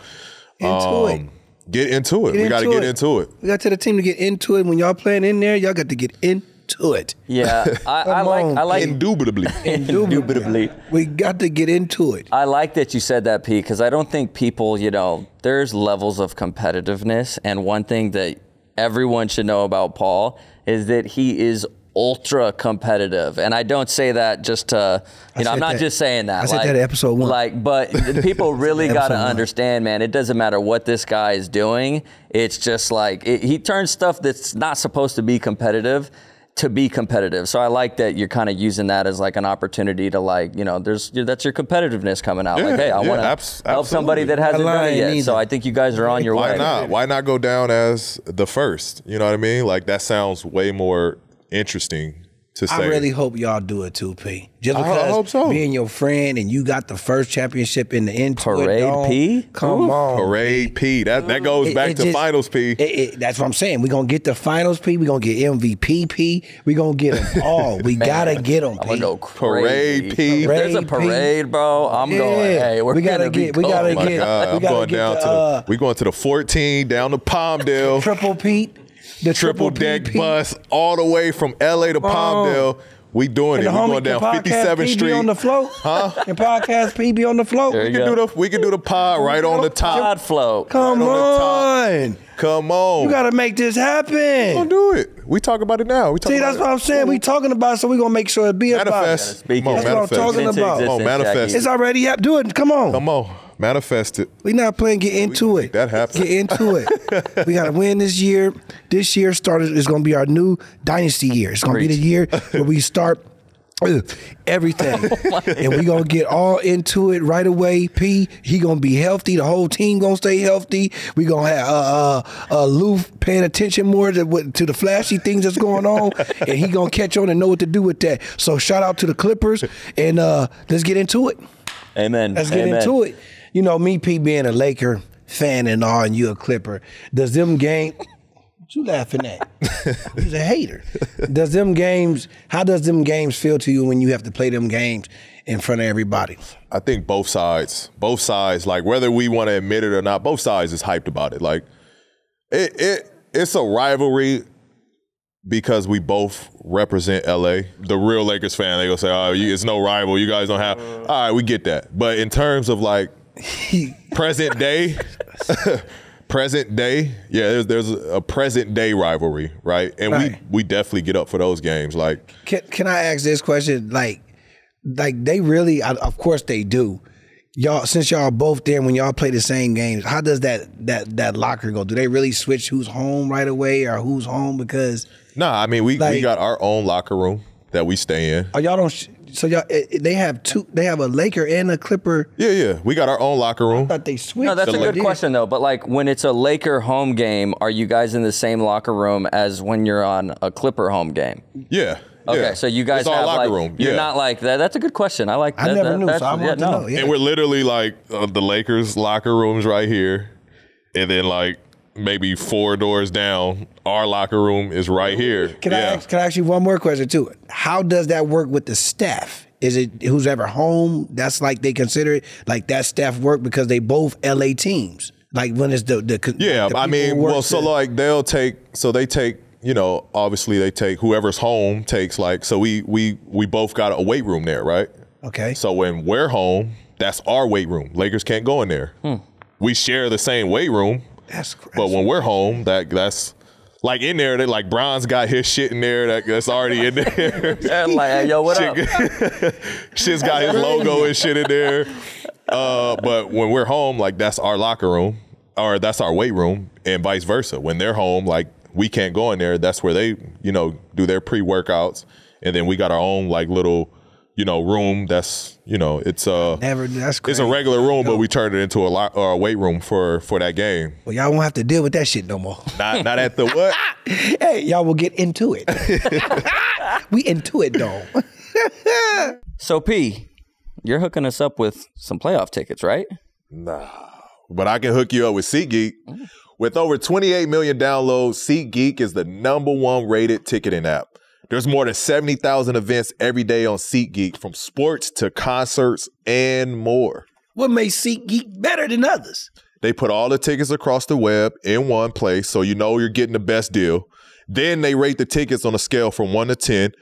Speaker 1: into it.
Speaker 2: um, get into it. we got to
Speaker 1: into
Speaker 2: get
Speaker 1: it.
Speaker 2: into it.
Speaker 1: We got to the team to get into it. When y'all playing in there, y'all got to get into it.
Speaker 3: Yeah, I, I
Speaker 1: Come
Speaker 3: like
Speaker 1: on,
Speaker 3: I like
Speaker 2: Indubitably.
Speaker 3: Indubitably.
Speaker 1: We got to get into it.
Speaker 3: I like that you said that, Pete, because I don't think people, you know, there's levels of competitiveness. And one thing that everyone should know about Paul is that he is ultra competitive. And I don't say that just to, you know, I'm
Speaker 1: said
Speaker 3: not
Speaker 1: that.
Speaker 3: just saying that.
Speaker 1: I said that in episode one.
Speaker 3: Like, but people really got to
Speaker 1: Episode one.
Speaker 3: understand, man, it doesn't matter what this guy is doing. It's just like, it, he turns stuff that's not supposed to be competitive to be competitive. So I like that you're kind of using that as like an opportunity to like, you know, there's that's your competitiveness coming out. like,
Speaker 2: Yeah,
Speaker 3: hey, I
Speaker 2: yeah,
Speaker 3: want to
Speaker 2: abs-
Speaker 3: help somebody
Speaker 2: absolutely.
Speaker 3: that hasn't done it
Speaker 1: Align
Speaker 3: yet. So
Speaker 1: either.
Speaker 3: I think you guys are on your
Speaker 2: Why
Speaker 3: way.
Speaker 2: not? Why not go down as the first? You know what I mean? Like that sounds way more interesting to say.
Speaker 1: I really hope y'all do it too, P. Just
Speaker 2: I ho- I
Speaker 1: because
Speaker 2: hope so.
Speaker 1: being your friend and you got the first championship in the into it
Speaker 3: Parade,
Speaker 1: dome.
Speaker 3: P?
Speaker 1: Come on.
Speaker 2: Parade P. That that goes
Speaker 1: It-
Speaker 2: back
Speaker 1: it
Speaker 2: to
Speaker 1: just-
Speaker 2: finals P.
Speaker 1: It- it- that's what I'm saying. We're going to get the finals, P. We're going to get MVP, P. We're going to get them all. We got to get them,
Speaker 3: I'm
Speaker 1: P.
Speaker 3: gonna go
Speaker 2: Parade
Speaker 3: crazy.
Speaker 2: P.
Speaker 3: If There's a
Speaker 1: Parade P.
Speaker 3: parade, bro. I'm going.
Speaker 1: Yeah.
Speaker 3: Hey, we're
Speaker 1: We gotta
Speaker 3: gonna be
Speaker 1: get- we
Speaker 3: cold.
Speaker 2: Oh
Speaker 1: gotta
Speaker 2: my
Speaker 1: get-
Speaker 2: God,
Speaker 1: we
Speaker 2: I'm
Speaker 1: gotta
Speaker 2: going
Speaker 1: get
Speaker 2: down
Speaker 1: the,
Speaker 2: to
Speaker 1: uh,
Speaker 2: the, we going to the 14, down to Palmdale,
Speaker 1: Triple Pete. The
Speaker 2: Oh. triple
Speaker 1: triple,
Speaker 2: deck
Speaker 1: P, P.
Speaker 2: bus all the way from LA to Palmdale. We doing
Speaker 1: And
Speaker 2: it.
Speaker 1: the
Speaker 2: We
Speaker 1: homie
Speaker 2: going
Speaker 1: can
Speaker 2: down
Speaker 1: podcast
Speaker 2: 57th
Speaker 1: P
Speaker 2: Street.
Speaker 1: be on the float. Huh? And podcast P be on the float.
Speaker 3: There
Speaker 2: we
Speaker 3: you
Speaker 2: can do
Speaker 3: go.
Speaker 2: the we can do the pod right on the top.
Speaker 3: Pod float.
Speaker 1: Come
Speaker 2: Right on
Speaker 1: on.
Speaker 2: Come on,
Speaker 1: You got to make this
Speaker 2: Don't
Speaker 1: happen.
Speaker 2: do it. We talk about it now. We talk
Speaker 1: See,
Speaker 2: about
Speaker 1: that's
Speaker 2: it.
Speaker 1: what I'm saying. We talking about it, so we going to make sure it be about it.
Speaker 2: manifest.
Speaker 3: Speak
Speaker 2: Come
Speaker 3: it.
Speaker 2: on,
Speaker 1: That's what I'm
Speaker 2: manifest.
Speaker 1: talking
Speaker 3: Into
Speaker 1: about.
Speaker 3: existence,
Speaker 2: Come on, manifest.
Speaker 3: Jackie.
Speaker 1: It's already up. Do it. Come on.
Speaker 2: Come on, manifest it.
Speaker 1: We not playing. Get into it.
Speaker 2: that happen.
Speaker 1: Get into it. we got to win this year. This year started is going to be our new dynasty year. It's going to be the year where we start uh, everything. and we gonna get all into it right away. P, he gonna be healthy. The whole team gonna stay healthy. We gonna have uh, uh, uh Loof paying attention more to, what- to the flashy things that's going on, and he gonna catch on and know what to do with that. So shout out to the Clippers, and uh let's get into it.
Speaker 3: Amen.
Speaker 1: Let's get
Speaker 3: Amen.
Speaker 1: into it. You know, me, P, being a Laker fan and all, and you a Clipper. Does them game? What you laughing at? He's a hater. Does them games? How does them games feel to you when you have to play them games in front of everybody?
Speaker 2: I think both sides, both sides, like whether we want to admit it or not, both sides is hyped about it. Like it, it, it's a rivalry because we both represent LA. The real Lakers fan, they gonna say, "Oh, you, it's no rival. You guys don't have." All right, we get that. But in terms of like present day, present day, yeah, there's there's a present day rivalry, right? And
Speaker 1: Right.
Speaker 2: we we definitely get up for those games, like.
Speaker 1: Can Can I ask this question? Like, like they really? I- Of course they do. Y'all, since y'all both there when y'all play the same games, how does that that that locker go? Do they really switch who's home right away or who's home because?
Speaker 2: No, I mean we, we
Speaker 1: Like-
Speaker 2: got our own locker room that we stay in.
Speaker 1: Oh, y'all don't. Sh- so y'all, eh, eh, they have two. They have a Laker and a Clipper.
Speaker 2: Yeah, yeah, we got our own locker room.
Speaker 1: But they switched.
Speaker 3: No, that's a
Speaker 2: So,
Speaker 3: good
Speaker 2: like-
Speaker 3: question though. But like when it's a Laker home game, are you guys in the same locker room as when you're on a Clipper home game?
Speaker 2: Yeah.
Speaker 3: Okay,
Speaker 2: yeah.
Speaker 3: so you guys
Speaker 2: it's
Speaker 3: have
Speaker 2: our locker
Speaker 3: like
Speaker 2: room.
Speaker 3: you're
Speaker 2: yeah.
Speaker 3: not like that. That's a good question. I like.
Speaker 1: I
Speaker 3: That,
Speaker 1: never
Speaker 3: that-
Speaker 1: knew, so
Speaker 3: that's-
Speaker 1: I want
Speaker 3: yeah,
Speaker 1: to
Speaker 3: no.
Speaker 1: know. Yeah.
Speaker 2: and we're literally like uh, the Lakers locker rooms right here, and then like maybe four doors down, our locker room is right here.
Speaker 1: Can I
Speaker 2: yeah.
Speaker 1: ask, can I ask you one more question too? How does that work with the staff? Is it who's ever home? That's like they consider it like that staff work because they both LA teams. Like when it's the the con-
Speaker 2: Yeah,
Speaker 1: the
Speaker 2: I
Speaker 1: people
Speaker 2: mean,
Speaker 1: who work
Speaker 2: well, so
Speaker 1: the-
Speaker 2: like they'll take, so they take, you know, obviously they take whoever's home takes like, so we we we both got a weight room there, right?
Speaker 1: okay,
Speaker 2: So when we're home, that's our weight room. Lakers can't go in there. We share the same weight room,
Speaker 1: that's crazy.
Speaker 2: But when we're home, that that's like in there. They like Bron's got his shit in there. That, that's already in there.
Speaker 3: Yeah, like, hey, yo, what up?
Speaker 2: Shit's got his logo and shit in there. Uh, but when we're home, like that's our locker room or that's our weight room, and vice versa. When they're home, like we can't go in there. That's where they you know do their pre workouts, and then we got our own like little you know room. That's you know it's uh
Speaker 1: Never. That's
Speaker 2: it's
Speaker 1: crazy.
Speaker 2: a regular room, but we turned it into a lot or a weight room for for that game.
Speaker 1: Well, y'all won't have to deal with that shit no more.
Speaker 2: Not not at the what.
Speaker 1: hey, y'all will get into it. we into it though.
Speaker 3: So P, you're hooking us up with some playoff tickets, right?
Speaker 2: but I can hook you up with SeatGeek. With over 28 million downloads, SeatGeek is the number one rated ticketing app. There's more than 70,000 events every day on SeatGeek, from sports to concerts and more.
Speaker 1: what makes Seat Geek better than others?
Speaker 2: They put all the tickets across the web in one place so you know you're getting the best deal. Then they rate the tickets on a scale from 1 to 10.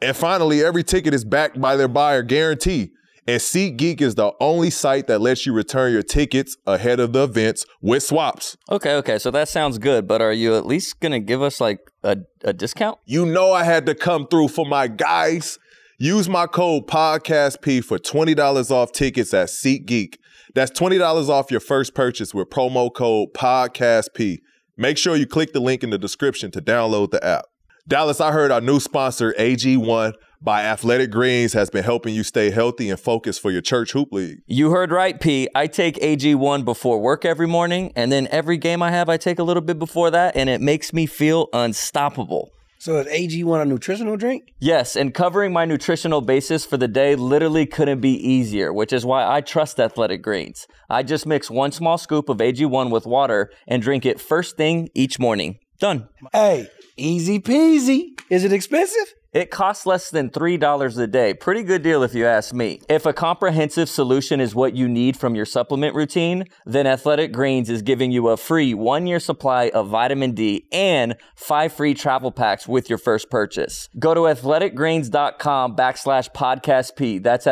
Speaker 2: And finally, every ticket is backed by their buyer guarantee. And SeatGeek is the only site that lets you return your tickets ahead of the events with swaps.
Speaker 3: Okay, okay. So that sounds good, but are you at least gonna give us like a, a discount?
Speaker 2: You know I had to come through for my guys. Use my code PODCASTP for $20 off tickets at SeatGeek. That's $20 off your first purchase with promo code PODCASTP. Make sure you click the link in the description to download the app. Dallas, I heard our new sponsor, AG1 by Athletic Greens, has been helping you stay healthy and focused for your church hoop league.
Speaker 3: You heard right, P. I take AG1 before work every morning, and then every game I have, I take a little bit before that, and it makes me feel unstoppable.
Speaker 1: So is AG one a nutritional drink?
Speaker 3: Yes, and covering my nutritional basis for the day literally couldn't be easier, which is why I trust Athletic Greens. I just mix one small scoop of AG1 with water and drink it first thing each morning. Done.
Speaker 1: Hey, easy peasy. Is it expensive?
Speaker 3: It costs less than $3 a day. Pretty good deal if you ask me. If a comprehensive solution is what you need from your supplement routine, then Athletic Greens is giving you a free one year supply of vitamin D and five free travel packs with your first purchase. Go to athleticgreens.com backslash podcast P. That's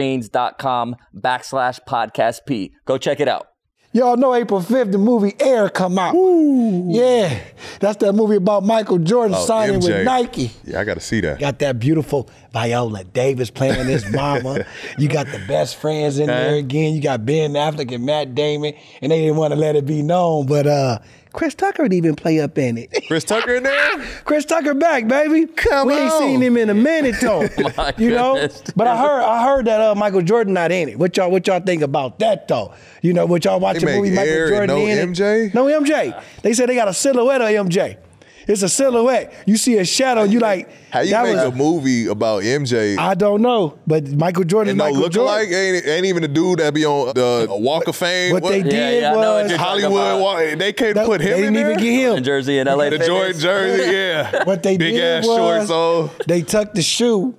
Speaker 3: athleticgreens.com backslash podcast P. Go check it out.
Speaker 1: Y'all know April 5th, the movie Air come out. Yeah. That's that movie about Michael Jordan
Speaker 2: Oh,
Speaker 1: signing
Speaker 2: MJ.
Speaker 1: with Nike.
Speaker 2: Yeah, I got to see that.
Speaker 1: Got that beautiful Viola Davis playing his mama. you got the best friends in there again. You got Ben Affleck and Matt Damon. And they didn't want to let it be known, but uh, Chris Tucker would even play up in it.
Speaker 2: Chris Tucker in there?
Speaker 1: Chris Tucker back, baby.
Speaker 2: Come
Speaker 1: we ain't
Speaker 2: on.
Speaker 1: seen him in a minute though. you know,
Speaker 3: goodness.
Speaker 1: but I heard I heard that uh, Michael Jordan not in it. What y'all what y'all think about that though? You know, what y'all watching
Speaker 2: make
Speaker 1: movie Michael
Speaker 2: air
Speaker 1: Jordan
Speaker 2: and no
Speaker 1: in it?
Speaker 2: MJ?
Speaker 1: No MJ. They said they got a silhouette of MJ. It's a silhouette. You see a shadow. You like
Speaker 2: How you
Speaker 1: that
Speaker 2: make
Speaker 1: was-
Speaker 2: a movie about MJ
Speaker 1: I don't know, but Michael Jordan
Speaker 2: and
Speaker 1: is
Speaker 2: no
Speaker 1: Michael Jordan.
Speaker 2: lookalike? Ain't, ain't even the dude that be on the Walk of Fame.
Speaker 1: what they
Speaker 3: Yeah,
Speaker 1: did
Speaker 3: yeah, I know what
Speaker 1: was
Speaker 3: you're talking
Speaker 2: Hollywood,
Speaker 3: about.
Speaker 2: Walk- they can't
Speaker 1: that-
Speaker 2: put him
Speaker 1: they didn't
Speaker 2: in
Speaker 1: even
Speaker 2: there?
Speaker 1: get
Speaker 3: in
Speaker 1: him.
Speaker 3: Jersey and LA.
Speaker 2: The
Speaker 3: Fitness.
Speaker 2: Jordan jersey, yeah.
Speaker 1: What they
Speaker 2: Big
Speaker 1: did
Speaker 2: ass
Speaker 1: was
Speaker 2: shorts oh. on.
Speaker 1: they tucked the shoe,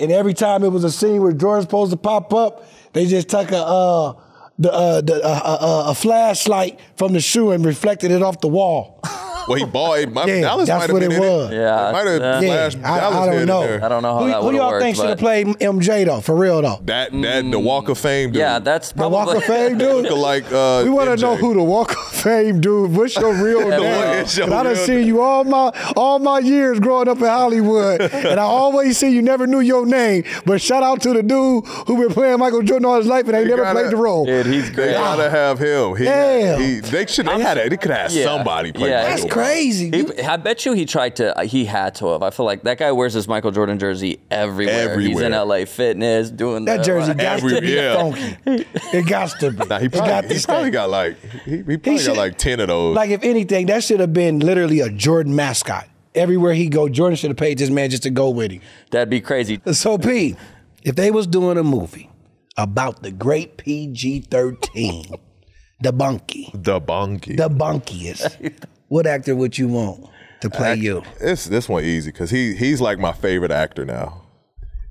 Speaker 1: and every time it was a scene where Jordan's supposed to pop up, they just tuck a uh, the, uh, the uh, uh, uh, a flashlight from the shoe and reflected it off the wall.
Speaker 2: Well, he bought it. My,
Speaker 1: Yeah,
Speaker 2: Dallas
Speaker 1: that's
Speaker 2: might have been
Speaker 1: what it
Speaker 2: in
Speaker 1: was.
Speaker 2: It.
Speaker 3: Yeah,
Speaker 2: It might have
Speaker 3: yeah.
Speaker 2: flashed
Speaker 1: Yeah, I-
Speaker 2: Dallas
Speaker 1: I don't
Speaker 2: head in
Speaker 1: know.
Speaker 2: there.
Speaker 3: I don't know how
Speaker 1: who
Speaker 3: that
Speaker 1: who
Speaker 3: would
Speaker 1: y'all
Speaker 3: work.
Speaker 1: think should have played MJ though? For real though,
Speaker 2: That that the Walk of Fame dude.
Speaker 3: Yeah, that's
Speaker 1: the
Speaker 3: probably
Speaker 1: Walk of Fame dude.
Speaker 2: like uh,
Speaker 1: We want to
Speaker 2: MJ.
Speaker 1: know who the Walk of Fame dude. What's your real
Speaker 2: Yeah,
Speaker 1: name?
Speaker 2: what's your
Speaker 1: 'Cause I done
Speaker 2: real
Speaker 1: seen you all my all my years growing up in Hollywood, and I always see you never knew your name. But shout out to the dude who been playing Michael Jordan all his life and ain't
Speaker 2: They
Speaker 1: never
Speaker 2: gotta-
Speaker 1: played the role.
Speaker 3: Dude, he's
Speaker 2: They
Speaker 3: great.
Speaker 1: Ah.
Speaker 2: gotta have him. He,
Speaker 1: Damn.
Speaker 2: he- they should. They had. A, they could have
Speaker 3: Yeah.
Speaker 2: somebody play.
Speaker 3: Yeah.
Speaker 2: Michael
Speaker 1: That's
Speaker 2: Brown.
Speaker 1: crazy.
Speaker 3: He,
Speaker 1: You-
Speaker 3: I bet you he tried to. uh, He had to have. I feel like that guy wears his Michael Jordan jersey everywhere. He's in
Speaker 2: Everywhere.
Speaker 3: LA Fitness doing
Speaker 1: that
Speaker 3: the-
Speaker 1: jersey got
Speaker 2: Every-
Speaker 1: to be
Speaker 2: yeah.
Speaker 1: funky. It got to be.
Speaker 2: Nah, he
Speaker 1: It got
Speaker 2: probably,
Speaker 1: to
Speaker 2: he
Speaker 1: stay.
Speaker 2: probably got like he, he probably
Speaker 1: should-
Speaker 2: got like ten of those.
Speaker 1: Like if anything, that should have been literally a Jordan mascot. Everywhere he go, Jordan should have paid this man just to go with him.
Speaker 3: That'd be crazy.
Speaker 1: So P, if they was doing a movie about the great PG thirteen, the bunkie,
Speaker 2: the bunkie.
Speaker 1: the bunkiest, what actor would you want to play you?
Speaker 2: It's this one easy because he he's like my favorite actor now,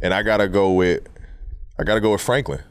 Speaker 2: and I gotta go with I gotta go with Franklin,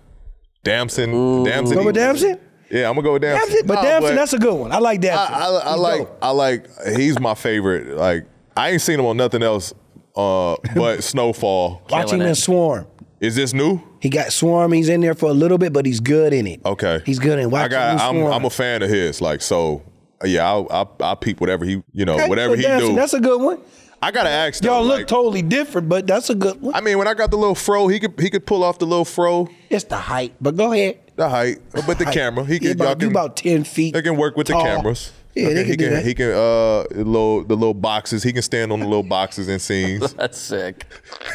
Speaker 2: Damson, Damson.
Speaker 1: Go with Damson.
Speaker 2: Yeah, I'm gonna go with Damson.
Speaker 1: Damson, but
Speaker 2: Nah,
Speaker 1: Damson, that's a good one. I like
Speaker 2: I,
Speaker 1: Damson.
Speaker 2: I, I
Speaker 1: He's
Speaker 2: like
Speaker 1: dope.
Speaker 2: I like he's my favorite. Like I ain't seen him on nothing else, uh, but Snowfall.
Speaker 1: watch him
Speaker 3: Killing
Speaker 1: in
Speaker 3: it.
Speaker 1: Swarm.
Speaker 2: Is this new?
Speaker 1: He got Swarm. He's in there for a little bit, but he's good in it.
Speaker 2: Okay,
Speaker 1: he's good in. Watch
Speaker 2: I got.
Speaker 1: him in
Speaker 2: I'm,
Speaker 1: Swarm.
Speaker 2: I'm a fan of his. Like so. Yeah, I I, I peep whatever he you know
Speaker 1: Okay,
Speaker 2: whatever
Speaker 1: so
Speaker 2: he
Speaker 1: Damson,
Speaker 2: do.
Speaker 1: That's a good one.
Speaker 2: I gotta ask.
Speaker 1: Y'all
Speaker 2: though,
Speaker 1: look
Speaker 2: like,
Speaker 1: totally different, but that's a good one.
Speaker 2: I mean, when I got the little fro, he could he could pull off the little fro.
Speaker 1: it's the height, but go ahead.
Speaker 2: The height, but the
Speaker 1: Height.
Speaker 2: camera. He
Speaker 1: You
Speaker 2: can,
Speaker 1: about,
Speaker 2: y'all
Speaker 1: you
Speaker 2: can,
Speaker 1: about ten feet.
Speaker 2: they can work with
Speaker 1: tall.
Speaker 2: the cameras.
Speaker 1: Yeah, they
Speaker 2: Okay,
Speaker 1: can
Speaker 2: he
Speaker 1: do
Speaker 2: can,
Speaker 1: that.
Speaker 2: He can uh little the little boxes. He can stand on the little boxes and scenes.
Speaker 3: That's sick.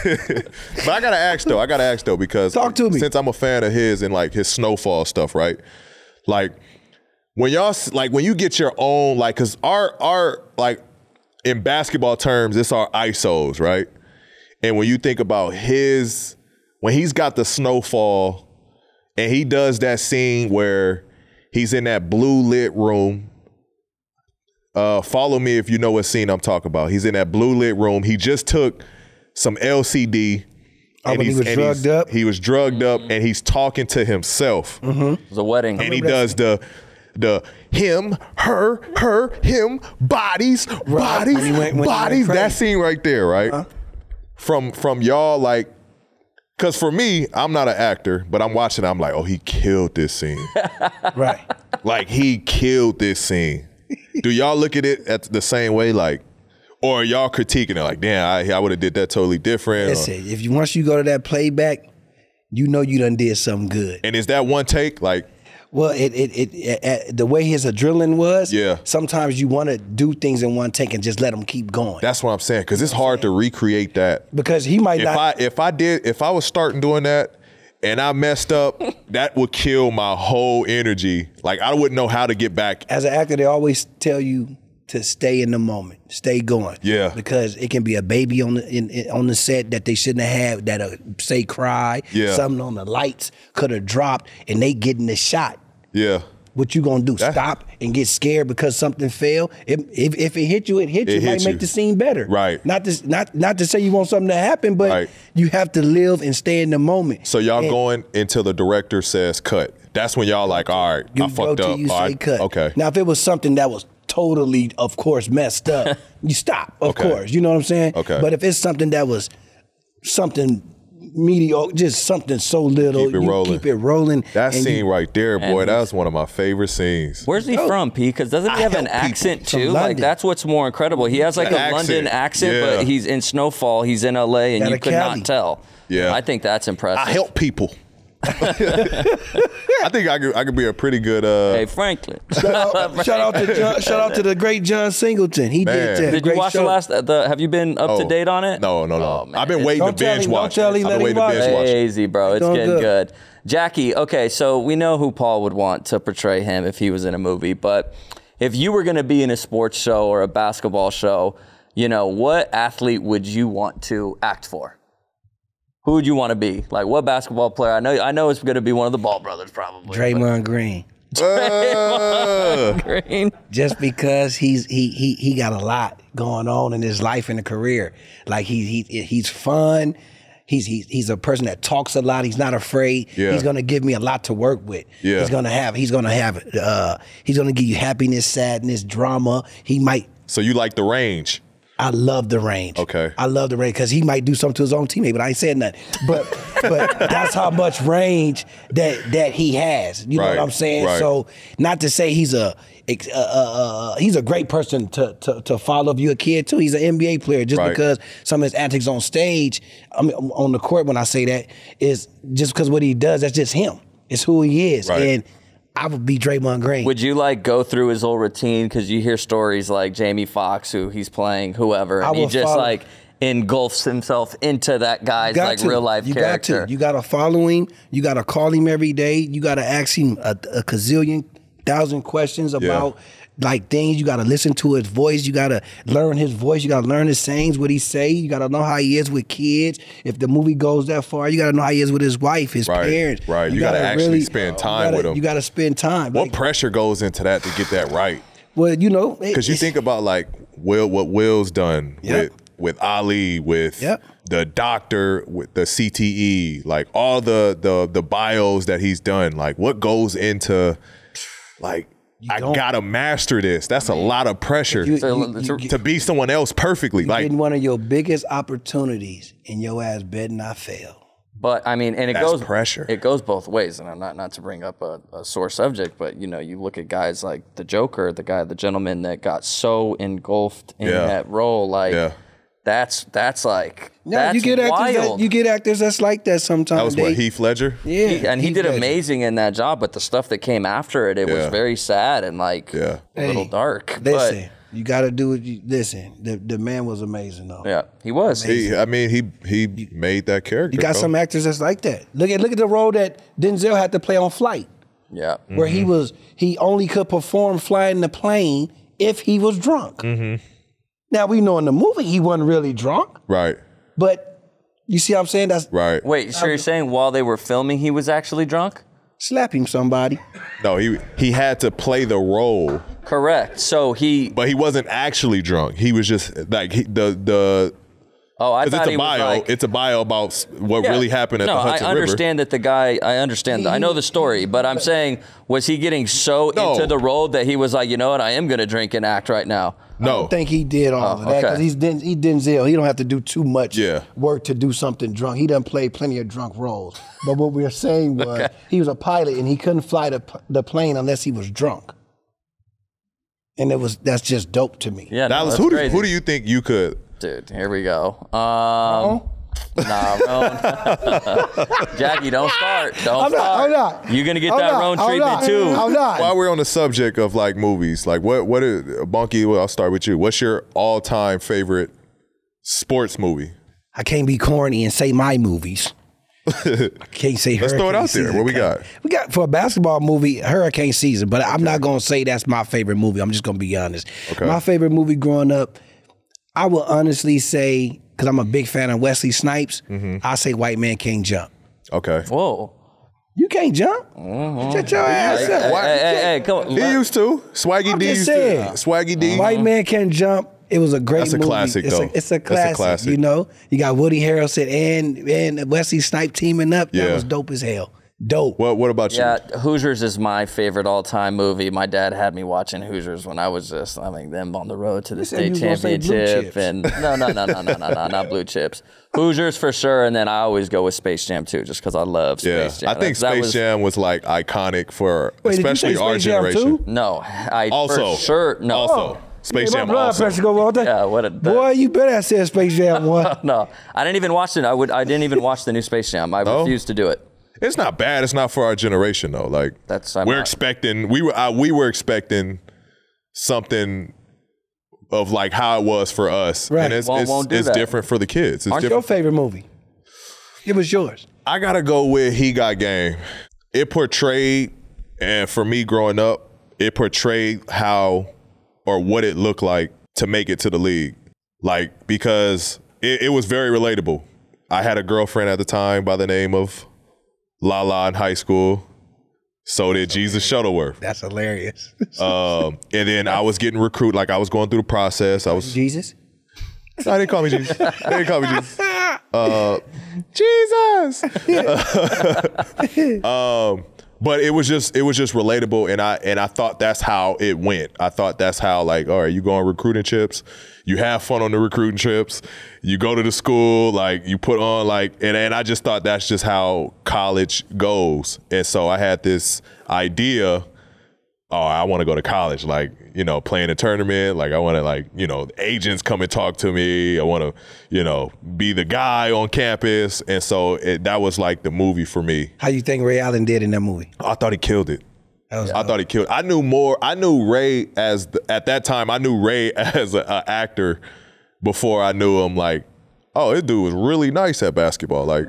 Speaker 2: but I gotta ask though. I gotta ask though because
Speaker 1: Talk to me.
Speaker 2: Since I'm a fan of his and like his snowfall stuff, right? Like when y'all s- like when you get your own like because our our like in basketball terms, it's our ISOs, right? And when you think about his when he's got the snowfall and he does that scene where he's in that blue lit room. Uh, follow me if you know what scene I'm talking about. He's in that blue lit room. He just took some LCD.
Speaker 1: Oh, when he
Speaker 2: he's-
Speaker 1: was drugged
Speaker 2: he's-
Speaker 1: up?
Speaker 2: He was drugged up, and he's talking to himself
Speaker 3: It was a wedding.
Speaker 2: and he does the the him, her, her, him, bodies, bodies,
Speaker 1: When he went- when he
Speaker 2: bodies.
Speaker 1: went crazy. Uh-huh.
Speaker 2: That scene right there, right? From from y'all like Cause for me, I'm not an actor, but I'm watching. I'm like, oh, he killed this scene.
Speaker 1: Right.
Speaker 2: like he killed this scene. Do y'all look at it at the same way, like, or are y'all critiquing it? Like, damn, I, I would have did that totally different. or-
Speaker 1: Listen, if you once you go to that playback, you know you done did something good.
Speaker 2: and is that one take? Like,
Speaker 1: Well, it it, it, it, it the way his adrenaline was.
Speaker 2: Yeah.
Speaker 1: Sometimes you want to do things in one take and just let them keep going
Speaker 2: that's what I'm saying. Cause it's hard to recreate that
Speaker 1: because he might
Speaker 2: if
Speaker 1: not.
Speaker 2: I if I did if I was starting doing that and I messed up, that would kill my whole energy. Like I wouldn't know how to get back.
Speaker 1: as an actor, they always tell you to stay in the moment, stay going.
Speaker 2: Yeah.
Speaker 1: Because it can be a baby on the in, in- on the set that they shouldn't have that uh, say cry.
Speaker 2: Yeah.
Speaker 1: Something on the lights could have dropped, and they getting the shot.
Speaker 2: Yeah.
Speaker 1: What you gonna do?
Speaker 2: That-
Speaker 1: Stop and get scared because something fell? If if, if it hit you, it hit you.
Speaker 2: It
Speaker 1: might
Speaker 2: hit
Speaker 1: make
Speaker 2: you.
Speaker 1: the scene better.
Speaker 2: Right.
Speaker 1: Not to not not to say you want something to happen, but
Speaker 2: Right.
Speaker 1: you have to live and stay in the moment.
Speaker 2: So y'all
Speaker 1: And
Speaker 2: going until the director says cut. That's when y'all like, all right,
Speaker 1: you
Speaker 2: I
Speaker 1: go
Speaker 2: fucked
Speaker 1: till
Speaker 2: up.
Speaker 1: You
Speaker 2: All
Speaker 1: say
Speaker 2: right,
Speaker 1: cut.
Speaker 2: Okay.
Speaker 1: Now if it was something that was totally, of course, messed up, you stop. Of
Speaker 2: Okay.
Speaker 1: course, you know what I'm saying.
Speaker 2: Okay.
Speaker 1: But if it's something that was something mediocre, just something so little,
Speaker 2: Keep it
Speaker 1: you
Speaker 2: rolling.
Speaker 1: keep it rolling.
Speaker 2: that
Speaker 1: and
Speaker 2: scene
Speaker 1: you-
Speaker 2: right there, boy, that's one of my favorite scenes.
Speaker 3: Where's he from, P? Because doesn't he have an accent
Speaker 1: From
Speaker 3: too? Like
Speaker 1: London.
Speaker 3: that's what's more incredible. He has like
Speaker 2: An
Speaker 3: a
Speaker 2: accent,
Speaker 3: London accent,
Speaker 2: yeah.
Speaker 3: but he's in Snowfall. He's in LA, and
Speaker 1: Got
Speaker 3: you
Speaker 1: a
Speaker 3: could
Speaker 1: Cali.
Speaker 3: not tell.
Speaker 2: Yeah.
Speaker 3: I think that's impressive.
Speaker 2: I help people. I think I could I could be a pretty good uh
Speaker 3: Hey, Franklin.
Speaker 1: shout out to John, shout out to the great John Singleton. He
Speaker 2: Man.
Speaker 1: did that.
Speaker 3: Did you
Speaker 1: Great
Speaker 3: watch
Speaker 1: show.
Speaker 3: the last? The, have you been up to
Speaker 2: Oh,
Speaker 3: date on it?
Speaker 2: No, no, no.
Speaker 3: Oh, man.
Speaker 2: I've been waiting
Speaker 1: Don't
Speaker 2: to
Speaker 1: tell
Speaker 2: binge
Speaker 1: him- don't
Speaker 2: watch.
Speaker 1: tell him,
Speaker 2: it. I've
Speaker 1: let
Speaker 2: been waiting
Speaker 1: him
Speaker 2: to
Speaker 1: watch
Speaker 2: binge
Speaker 1: it.
Speaker 2: watch. it.
Speaker 3: Crazy, bro. It's
Speaker 1: Doing
Speaker 3: getting
Speaker 1: good.
Speaker 3: good. Jackie, okay, so we know who Paul would want to portray him if he was in a movie, but if you were going to be in a sports show or a basketball show, you know, what athlete would you want to act for? Who would you want to be? Like what basketball player? I know I know it's going to be one of the Ball brothers probably.
Speaker 1: Draymond Green.
Speaker 2: Uh,
Speaker 3: Green.
Speaker 1: just because he's he he he got a lot going on in his life and a career. Like he he he's fun. He's, he's, he's a person that talks a lot. He's not afraid.
Speaker 2: Yeah.
Speaker 1: He's gonna give me a lot to work with.
Speaker 2: Yeah.
Speaker 1: He's gonna have he's gonna have uh he's gonna give you happiness, sadness, drama. He might
Speaker 2: so you like the range?
Speaker 1: I love the range.
Speaker 2: Okay.
Speaker 1: I love the range because he might do something to his own teammate, but I ain't saying nothing. But but that's how much range that that he has. You know
Speaker 2: Right,
Speaker 1: what I'm saying?
Speaker 2: right.
Speaker 1: So not to say he's a ex- uh, uh, uh, he's a great person to, to to follow. If you're a kid too, he's an NBA player. Just
Speaker 2: Right.
Speaker 1: because some of his antics on stage, I mean, on the court, when I say that, is just because what he does. That's just him. It's who he is.
Speaker 2: Right.
Speaker 1: And I would be Draymond Green.
Speaker 3: Would you like go through his whole routine? Because you hear stories like Jamie Foxx, who he's playing, whoever, and he
Speaker 1: will
Speaker 3: just
Speaker 1: follow-
Speaker 3: like engulfs himself into that guy's
Speaker 1: got
Speaker 3: like
Speaker 1: to.
Speaker 3: real life
Speaker 1: you
Speaker 3: character.
Speaker 1: Got to. You got to follow him. You got to call him every day. You got to ask him a, a gazillion, thousand questions about like things. You got to listen to his voice. You got to learn his voice. You got to learn his sayings, what he say. You got to know how he is with kids. If the movie goes that far, you got to know how he is with his wife, his
Speaker 2: Right,
Speaker 1: parents.
Speaker 2: right. You gotta actually spend
Speaker 1: you
Speaker 2: time
Speaker 1: gotta-
Speaker 2: with him.
Speaker 1: You got to spend time.
Speaker 2: What
Speaker 1: Like,
Speaker 2: pressure goes into that to get that right?
Speaker 1: well, you know, it-
Speaker 2: Because you
Speaker 1: it's-
Speaker 2: think about like Will, what Will's done
Speaker 1: Yep.
Speaker 2: with with Ali, with
Speaker 1: Yep.
Speaker 2: the doctor, with the CTE, like all the the the bios that he's done. Like what goes into like I
Speaker 1: don't-
Speaker 2: gotta master this. That's a lot of pressure
Speaker 1: you-
Speaker 3: So,
Speaker 1: you-
Speaker 3: it's
Speaker 1: you-
Speaker 3: a-
Speaker 2: to be someone else perfectly.
Speaker 1: you
Speaker 2: Like
Speaker 1: getting one of your biggest opportunities, and your ass better not fail.
Speaker 3: But I mean, and it
Speaker 2: That's
Speaker 3: goes
Speaker 2: pressure.
Speaker 3: It goes both ways, and I'm not not to bring up a, a sore subject, but you know, you look at guys like the Joker, the guy, the gentleman that got so engulfed in
Speaker 2: Yeah.
Speaker 3: that role, like
Speaker 2: Yeah.
Speaker 3: that's that's like
Speaker 1: No,
Speaker 3: that's
Speaker 1: you get actors. That,
Speaker 3: wild.
Speaker 1: you get actors that's like that sometimes.
Speaker 2: that was
Speaker 1: They-
Speaker 2: what Heath Ledger.
Speaker 1: yeah,
Speaker 3: He- and he,
Speaker 1: Heath
Speaker 3: did
Speaker 1: Ledger.
Speaker 3: amazing in that job, but the stuff that came after it, it was
Speaker 2: Yeah.
Speaker 3: very sad and like
Speaker 2: Yeah.
Speaker 3: a little
Speaker 1: Hey,
Speaker 3: dark.
Speaker 1: Listen, you got to do what you listen. The the man was amazing though.
Speaker 3: But yeah, he was.
Speaker 2: He, I mean, he he made that character.
Speaker 1: You got
Speaker 2: bro.
Speaker 1: some actors that's like that. Look at look at the role that Denzel had to play on Flight,
Speaker 3: yeah,
Speaker 2: Mm.
Speaker 1: where he was he only could perform flying the plane if he was drunk.
Speaker 3: Mm-hmm.
Speaker 1: Now we know in the movie he wasn't really drunk,
Speaker 2: right,
Speaker 1: but you see what I'm saying? That's
Speaker 2: right.
Speaker 3: Wait, so you're saying while they were filming, he was actually drunk?
Speaker 1: slap him somebody.
Speaker 2: No, he he had to play the role,
Speaker 3: Correct. So he.
Speaker 2: but he wasn't actually drunk. He was just like he, the the
Speaker 3: Oh, I
Speaker 2: because
Speaker 3: thought
Speaker 2: it's
Speaker 3: he
Speaker 2: a
Speaker 3: was
Speaker 2: bio.
Speaker 3: like.
Speaker 2: it's a bio about s- what
Speaker 3: Yeah.
Speaker 2: really happened at
Speaker 3: no,
Speaker 2: the Hudson
Speaker 3: I
Speaker 2: River.
Speaker 3: understand that the guy. I understand. that. I know the story, but I'm saying, was he getting so
Speaker 2: No.
Speaker 3: into the role that he was like, you know what, I am gonna drink and act right now?
Speaker 1: I
Speaker 2: No,
Speaker 1: don't think he did all
Speaker 3: Oh,
Speaker 1: of that because
Speaker 3: okay.
Speaker 1: he's Den- he Denzel. He don't have to do too much
Speaker 2: Yeah.
Speaker 1: work to do something drunk. He done played plenty of drunk roles. But what we were saying was he was a pilot and he couldn't fly the, p- the plane unless he was drunk. And it was that's just dope to me.
Speaker 3: Yeah, no,
Speaker 2: Dallas.
Speaker 3: that's
Speaker 2: who do,
Speaker 3: crazy.
Speaker 2: who do you think you could?
Speaker 3: Dude, here we go. Um, nah, Roan. Jackie, don't start. Don't
Speaker 1: I'm not.
Speaker 3: start.
Speaker 1: I'm not.
Speaker 3: You're gonna get
Speaker 1: I'm
Speaker 3: that
Speaker 1: not,
Speaker 3: Roan
Speaker 1: I'm
Speaker 3: treatment
Speaker 1: not,
Speaker 3: too.
Speaker 1: I'm
Speaker 2: While
Speaker 1: not.
Speaker 2: we're on the subject of like movies, like what what is Bonky? Well, I'll start with you. What's your all time favorite sports movie?
Speaker 1: I can't be corny and say my movies. I can't say
Speaker 2: Let's throw it out
Speaker 1: Hurricane
Speaker 2: there.
Speaker 1: Season.
Speaker 2: What we got?
Speaker 1: We got for a basketball movie, Hurricane Season, but I'm not gonna say that's my favorite movie. I'm just gonna be honest.
Speaker 2: Okay.
Speaker 1: My favorite movie growing up, I will honestly say, because I'm a big fan of Wesley Snipes,
Speaker 2: Mm-hmm.
Speaker 1: I say White Man Can't Jump.
Speaker 2: Okay,
Speaker 3: Whoa.
Speaker 1: You can't jump. Shut your ass
Speaker 2: Hey,
Speaker 1: up.
Speaker 2: Why-
Speaker 3: Hey, hey, hey, come on.
Speaker 2: he used to Swaggy
Speaker 1: I'm
Speaker 2: D.
Speaker 1: just
Speaker 2: Used
Speaker 1: saying.
Speaker 2: to. Swaggy D.
Speaker 1: White Man Can Jump. It was a great
Speaker 2: That's a
Speaker 1: movie.
Speaker 2: classic,
Speaker 1: it's
Speaker 2: though.
Speaker 1: A, it's
Speaker 2: That's
Speaker 1: a
Speaker 2: a
Speaker 1: classic,
Speaker 2: classic.
Speaker 1: You know, you got Woody Harrelson and and Wesley Snipes teaming up.
Speaker 2: Yeah.
Speaker 1: That was dope as hell. Dope.
Speaker 2: What what about you?
Speaker 3: Yeah, Hoosiers is my favorite all-time movie. My dad had me watching Hoosiers when I was just, I mean, them on the road to the
Speaker 1: said you
Speaker 3: state
Speaker 1: was gonna say Blue
Speaker 3: championship,
Speaker 1: Chips.
Speaker 3: and no, no, no, no, no, no, no, not blue chips. Hoosiers for sure, and then I always go with Space Jam too, just because I love
Speaker 2: Yeah,
Speaker 3: Space Jam.
Speaker 2: I think
Speaker 3: That- that
Speaker 2: Space
Speaker 3: was-
Speaker 2: Jam was like iconic for
Speaker 1: Wait, did you
Speaker 2: especially
Speaker 1: say
Speaker 2: our
Speaker 1: Space Jam
Speaker 2: generation.
Speaker 1: too?
Speaker 3: No, I
Speaker 2: Also,
Speaker 3: for sure no. Oh,
Speaker 2: Also, Space
Speaker 1: Yeah,
Speaker 2: Jam
Speaker 1: my blood
Speaker 2: also.
Speaker 1: pressure go up.
Speaker 3: Yeah, what a-
Speaker 1: boy! You better have said Space Jam one.
Speaker 3: No, I didn't even watch it. I would. I didn't even watch the new Space Jam. I refused to do it.
Speaker 2: It's not bad. It's not for our generation though. Like
Speaker 4: That's- I'm
Speaker 2: we're
Speaker 4: not-
Speaker 2: expecting. We were I, we were expecting something of like how it was for us,
Speaker 1: Right.
Speaker 2: and it's
Speaker 4: Won't-
Speaker 2: it's,
Speaker 4: won't do
Speaker 2: it's
Speaker 4: that.
Speaker 2: different for the kids. It's
Speaker 4: Aren't
Speaker 2: different.
Speaker 1: Your favorite movie? Give us yours.
Speaker 2: I gotta go with he got game. It portrayed, and for me growing up, it portrayed how or what it looked like to make it to the league. Like because it, it was very relatable. I had a girlfriend at the time by the name of Lala in high school. So did Jesus Shuttleworth.
Speaker 1: That's hilarious.
Speaker 2: Um, and then I was getting recruited. Like I was going through the process. I was.
Speaker 1: Jesus.
Speaker 2: No, they didn't call me Jesus. They didn't call me Jesus. Uh, Jesus. um, but it was just it was just relatable, and I and I thought that's how it went. I thought that's how like all right, you go on recruiting trips, you have fun on the recruiting trips, you go to the school, like you put on like, and and I just thought that's just how college goes, and so I had this idea oh, I want to go to college, like, you know, playing a tournament. Like, I want to, like, you know, agents come and talk to me. I want to, you know, be the guy on campus. And so it, that was like the movie for me.
Speaker 1: How you think Ray Allen did in that movie?
Speaker 2: I thought he killed it.
Speaker 1: That was
Speaker 2: I thought he killed. I knew more. I knew Ray as the, at that time. I knew Ray as an actor before I knew him. Like, oh, this dude was really nice at basketball. Like,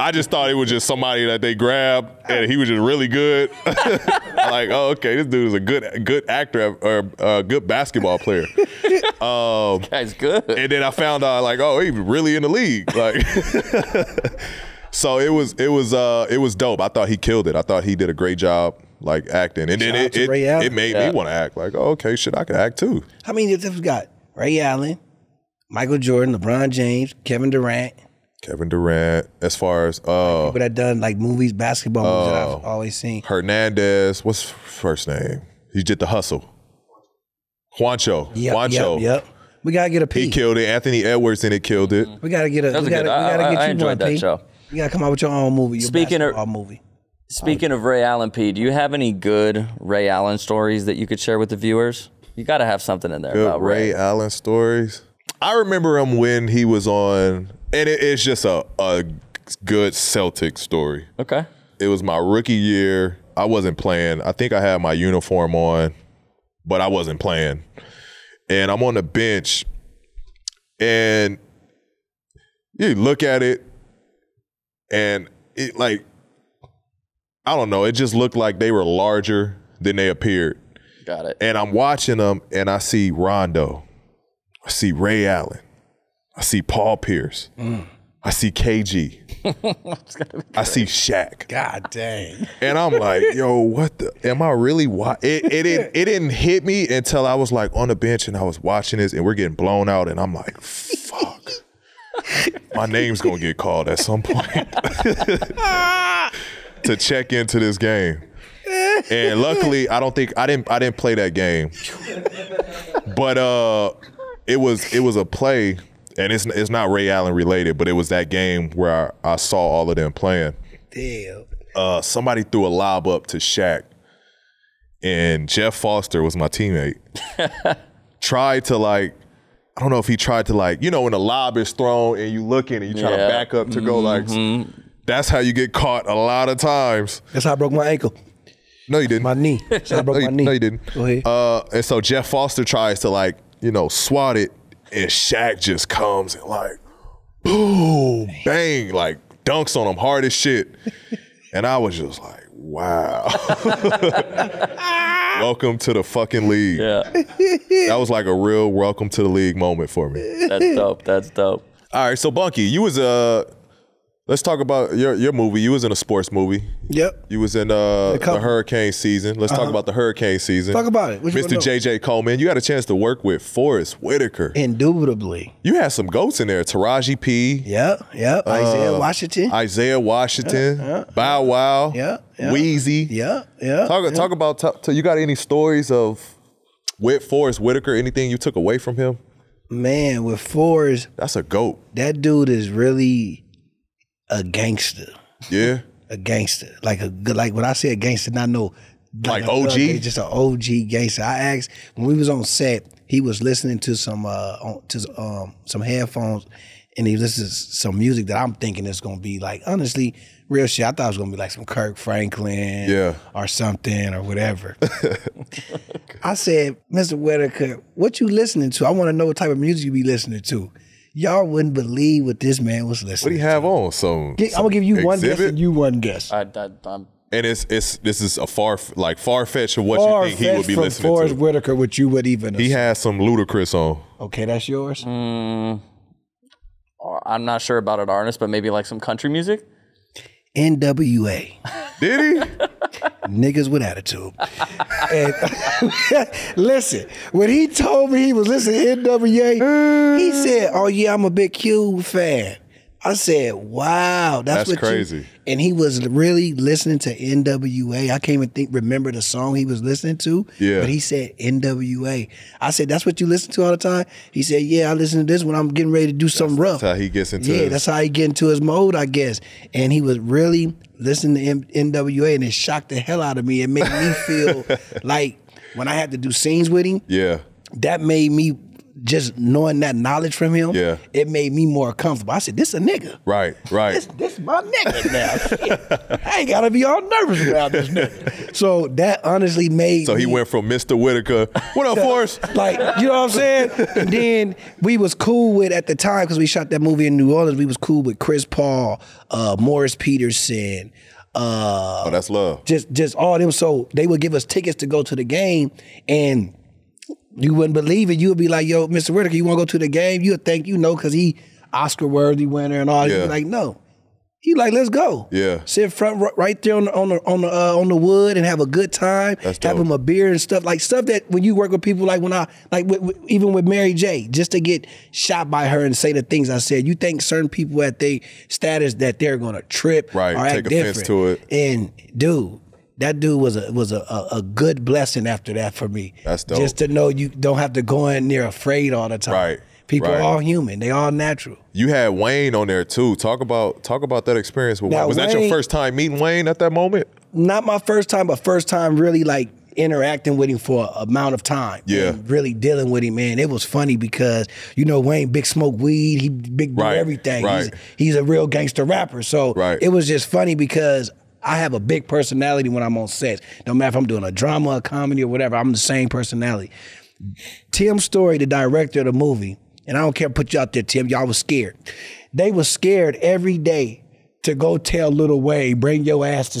Speaker 2: I just thought he was just somebody that they grabbed and he was just really good. like, oh, okay, this dude is a good good actor or a good basketball player.
Speaker 4: That's good.
Speaker 2: and then I found out like, oh, he really in the league. Like, so it was it was uh it was dope. I thought he killed it. I thought he did a great job like acting, and then
Speaker 1: Shout out
Speaker 2: it
Speaker 1: to
Speaker 2: it,
Speaker 1: Ray Allen.
Speaker 2: it made me want to act like, oh, okay, shit, I can act too.
Speaker 1: I mean, if we got Ray Allen, Michael Jordan, LeBron James, Kevin Durant,
Speaker 2: Kevin Durant, as far as uh
Speaker 1: people that done like movies, basketball movies that
Speaker 2: Oh.
Speaker 1: I've always seen.
Speaker 2: Hernandez, what's his first name? He did the hustle. Juancho,
Speaker 1: Yep,
Speaker 2: Juancho,
Speaker 1: yep, yep. We gotta get a
Speaker 2: he
Speaker 1: P.
Speaker 2: killed it. Anthony Edwards and it killed it.
Speaker 1: we gotta get a.
Speaker 4: That was
Speaker 1: we
Speaker 4: a
Speaker 1: gotta,
Speaker 4: good.
Speaker 1: we
Speaker 4: I,
Speaker 1: gotta
Speaker 4: I-
Speaker 1: get
Speaker 4: I
Speaker 1: you
Speaker 4: enjoyed
Speaker 1: one,
Speaker 4: that
Speaker 1: P.
Speaker 4: show.
Speaker 1: You gotta come out with your own movie. Your
Speaker 3: Speaking of-
Speaker 1: basketball movie,
Speaker 3: Speaking of Ray Allen, Pete, do you have any good Ray Allen stories that you could share with the viewers? You got to have something in there
Speaker 2: Good
Speaker 3: about
Speaker 2: Ray
Speaker 3: Ray.
Speaker 2: Allen stories. I remember him when he was on, and it, it's just a, a good Celtic story.
Speaker 3: Okay.
Speaker 2: It was my rookie year. I wasn't playing. I think I had my uniform on, but I wasn't playing. And I'm on the bench, and you look at it, and it like, I don't know. It just looked like they were larger than they appeared
Speaker 4: Got it.
Speaker 2: and I'm watching them, and I see Rondo, I see Ray Allen, I see Paul Pierce, I see KG, I see Shaq,
Speaker 1: God dang.
Speaker 2: and I'm like, yo, what the? Am I really? Why? It it didn't, it didn't hit me until I was like on the bench and I was watching this, and we're getting blown out, and I'm like, fuck. My name's gonna get called at some point to check into this game. And luckily, I don't think I didn't I didn't play that game. But uh it was it was a play and it's it's not Ray Allen related, but it was that game where I, I saw all of them playing.
Speaker 1: Damn.
Speaker 2: Uh somebody threw a lob up to Shaq and Jeff Foster was my teammate. tried to like I don't know if he tried to like, you know, when a lob is thrown and you looking and you try to
Speaker 4: Yeah.
Speaker 2: back up to go like that's how you get caught a lot of times.
Speaker 1: That's how I broke my ankle,
Speaker 2: No, you didn't.
Speaker 1: my knee. That's how I broke
Speaker 2: no,
Speaker 1: my
Speaker 2: you,
Speaker 1: knee.
Speaker 2: no, you didn't.
Speaker 1: Go ahead.
Speaker 2: Uh, and so Jeff Foster tries to like, you know, swat it, and Shaq just comes and like, boom, bang, like dunks on him hard as shit. And I was just like, wow. welcome to the fucking league.
Speaker 3: Yeah.
Speaker 2: That was like a real welcome to the league moment for me.
Speaker 3: That's dope. That's dope.
Speaker 2: All right, so Bunky, you was a. Let's talk about your your movie. You was in a sports movie.
Speaker 1: yep.
Speaker 2: You was in uh, the
Speaker 1: couple. Uh-huh.
Speaker 2: hurricane season. Let's talk about the hurricane season.
Speaker 1: Talk about it. What you wanna
Speaker 2: Mr.
Speaker 1: know?
Speaker 2: JJ Coleman, you got a chance to work with Forrest Whitaker.
Speaker 1: Indubitably.
Speaker 2: You had some goats in there. Taraji P.
Speaker 1: Yep. Yep. Isaiah Washington.
Speaker 2: Isaiah Washington, Bow Wow,
Speaker 1: Yeah, yeah.
Speaker 2: Wheezy.
Speaker 1: yeah. Yeah.
Speaker 2: Talk, talk about, t- t- you got any stories of with Forrest Whitaker, anything you took away from him?
Speaker 1: Man, with fours,
Speaker 2: That's a goat.
Speaker 1: that dude is really a gangster.
Speaker 2: Yeah.
Speaker 1: a gangster, like a good, like when I say a gangster, not no
Speaker 2: Like
Speaker 1: a thug,
Speaker 2: OG?
Speaker 1: they just an OG gangster. I asked when we was on set, he was listening to some uh on, to um some headphones, and he listens to some music that I'm thinking is gonna be like honestly Real shit. I thought it was gonna be like some Kirk Franklin,
Speaker 2: Yeah.
Speaker 1: or something, or whatever. I said, Mister Whitaker, what you listening to? I want to know what type of music you be listening to. Y'all wouldn't believe what this man was
Speaker 2: What do
Speaker 1: listening.
Speaker 2: you have on? Some,
Speaker 1: Get- I'm gonna give you one guess
Speaker 2: exhibit?
Speaker 1: and you one guess.
Speaker 4: I, I, I'm,
Speaker 2: and it's it's this is a far like far fetched of what
Speaker 1: Far
Speaker 2: you think he would
Speaker 1: fetched
Speaker 2: be
Speaker 1: from
Speaker 2: listening
Speaker 1: Forrest
Speaker 2: to.
Speaker 1: Whitaker, which you would even.
Speaker 2: He
Speaker 1: assume.
Speaker 2: has some ludicrous on.
Speaker 1: okay, that's yours.
Speaker 4: I'm not sure about an artist, but maybe like some country music.
Speaker 1: NWA.
Speaker 2: Did he?
Speaker 1: niggas with attitude. and listen, when he told me he was listening to NWA, he said, "Oh yeah, I'm a big Cube fan." I said, "Wow,
Speaker 2: That's
Speaker 1: that's, what you-"
Speaker 2: crazy.
Speaker 1: And he was really listening to NWA. I can't even think remember the song he was listening to.
Speaker 2: Yeah.
Speaker 1: but he said NWA. I said, "That's what you listen to all the time." He said, "Yeah, I listen to this when I'm getting ready to do something rough."
Speaker 2: That's how he gets into.
Speaker 1: Yeah,
Speaker 2: his-
Speaker 1: that's how he get into his mode, I guess. And he was really listening to M- NWA, and it shocked the hell out of me. It made me feel like when I had to do scenes with him,
Speaker 2: yeah.
Speaker 1: that made me just knowing that knowledge from him.
Speaker 2: Yeah.
Speaker 1: it made me more comfortable. I said, "This a nigga."
Speaker 2: Right. Right.
Speaker 1: This, this my nigga now. Shit. I ain't gotta be all nervous around this nigga. So that honestly made
Speaker 2: So he
Speaker 1: me-
Speaker 2: went from Mr. Whitaker. What up, Forrest?
Speaker 1: like, you know what I'm saying? And then we was cool with at the time because we shot that movie in New Orleans. We was cool with Chris Paul, uh, Morris Peterson, uh,
Speaker 2: Oh, that's love.
Speaker 1: just just all them. So they would give us tickets to go to the game, and you wouldn't believe it. You would be like, "Yo, Mr. Whitaker, you want to go to the game?" You would think you know because he Oscar worthy winner and all. that. You'd be
Speaker 2: Yeah.
Speaker 1: like, "No." He like, let's go.
Speaker 2: Yeah.
Speaker 1: sit front ri- right there on the on the on the, uh, on the wood and have a good time.
Speaker 2: That's
Speaker 1: have
Speaker 2: dope.
Speaker 1: him a beer and stuff like stuff that when you work with people like when I like with, with- even with Mary J. Just to get shot by her and say the things I said. You think certain people at their status that they're gonna trip
Speaker 2: Right,
Speaker 1: or
Speaker 2: take
Speaker 1: act
Speaker 2: offense
Speaker 1: different.
Speaker 2: to it.
Speaker 1: And dude, that dude was a was a, a, a good blessing after that for me.
Speaker 2: That's dope.
Speaker 1: Just to know you don't have to go in there afraid all the time.
Speaker 2: Right,
Speaker 1: People
Speaker 2: right.
Speaker 1: are all human. They all natural.
Speaker 2: You had Wayne on there too. Talk about talk about that experience with
Speaker 1: Now,
Speaker 2: Wayne. Was that
Speaker 1: Wayne-
Speaker 2: your first time meeting Wayne at that moment?
Speaker 1: Not my first time, but first time really like interacting with him for an amount of time.
Speaker 2: Yeah.
Speaker 1: And really dealing with him, man. It was funny because, you know, Wayne big smoke weed, he big do
Speaker 2: Right,
Speaker 1: everything.
Speaker 2: right.
Speaker 1: He's, he's a real gangster rapper. So
Speaker 2: Right.
Speaker 1: it was just funny because I have a big personality when I'm on sets. No matter if I'm doing a drama, a comedy, or whatever, I'm the same personality. Tim Story, the director of the movie, and I don't care put you out there, Tim, y'all was scared. They was scared every day to go tell Little Wayne, bring your ass to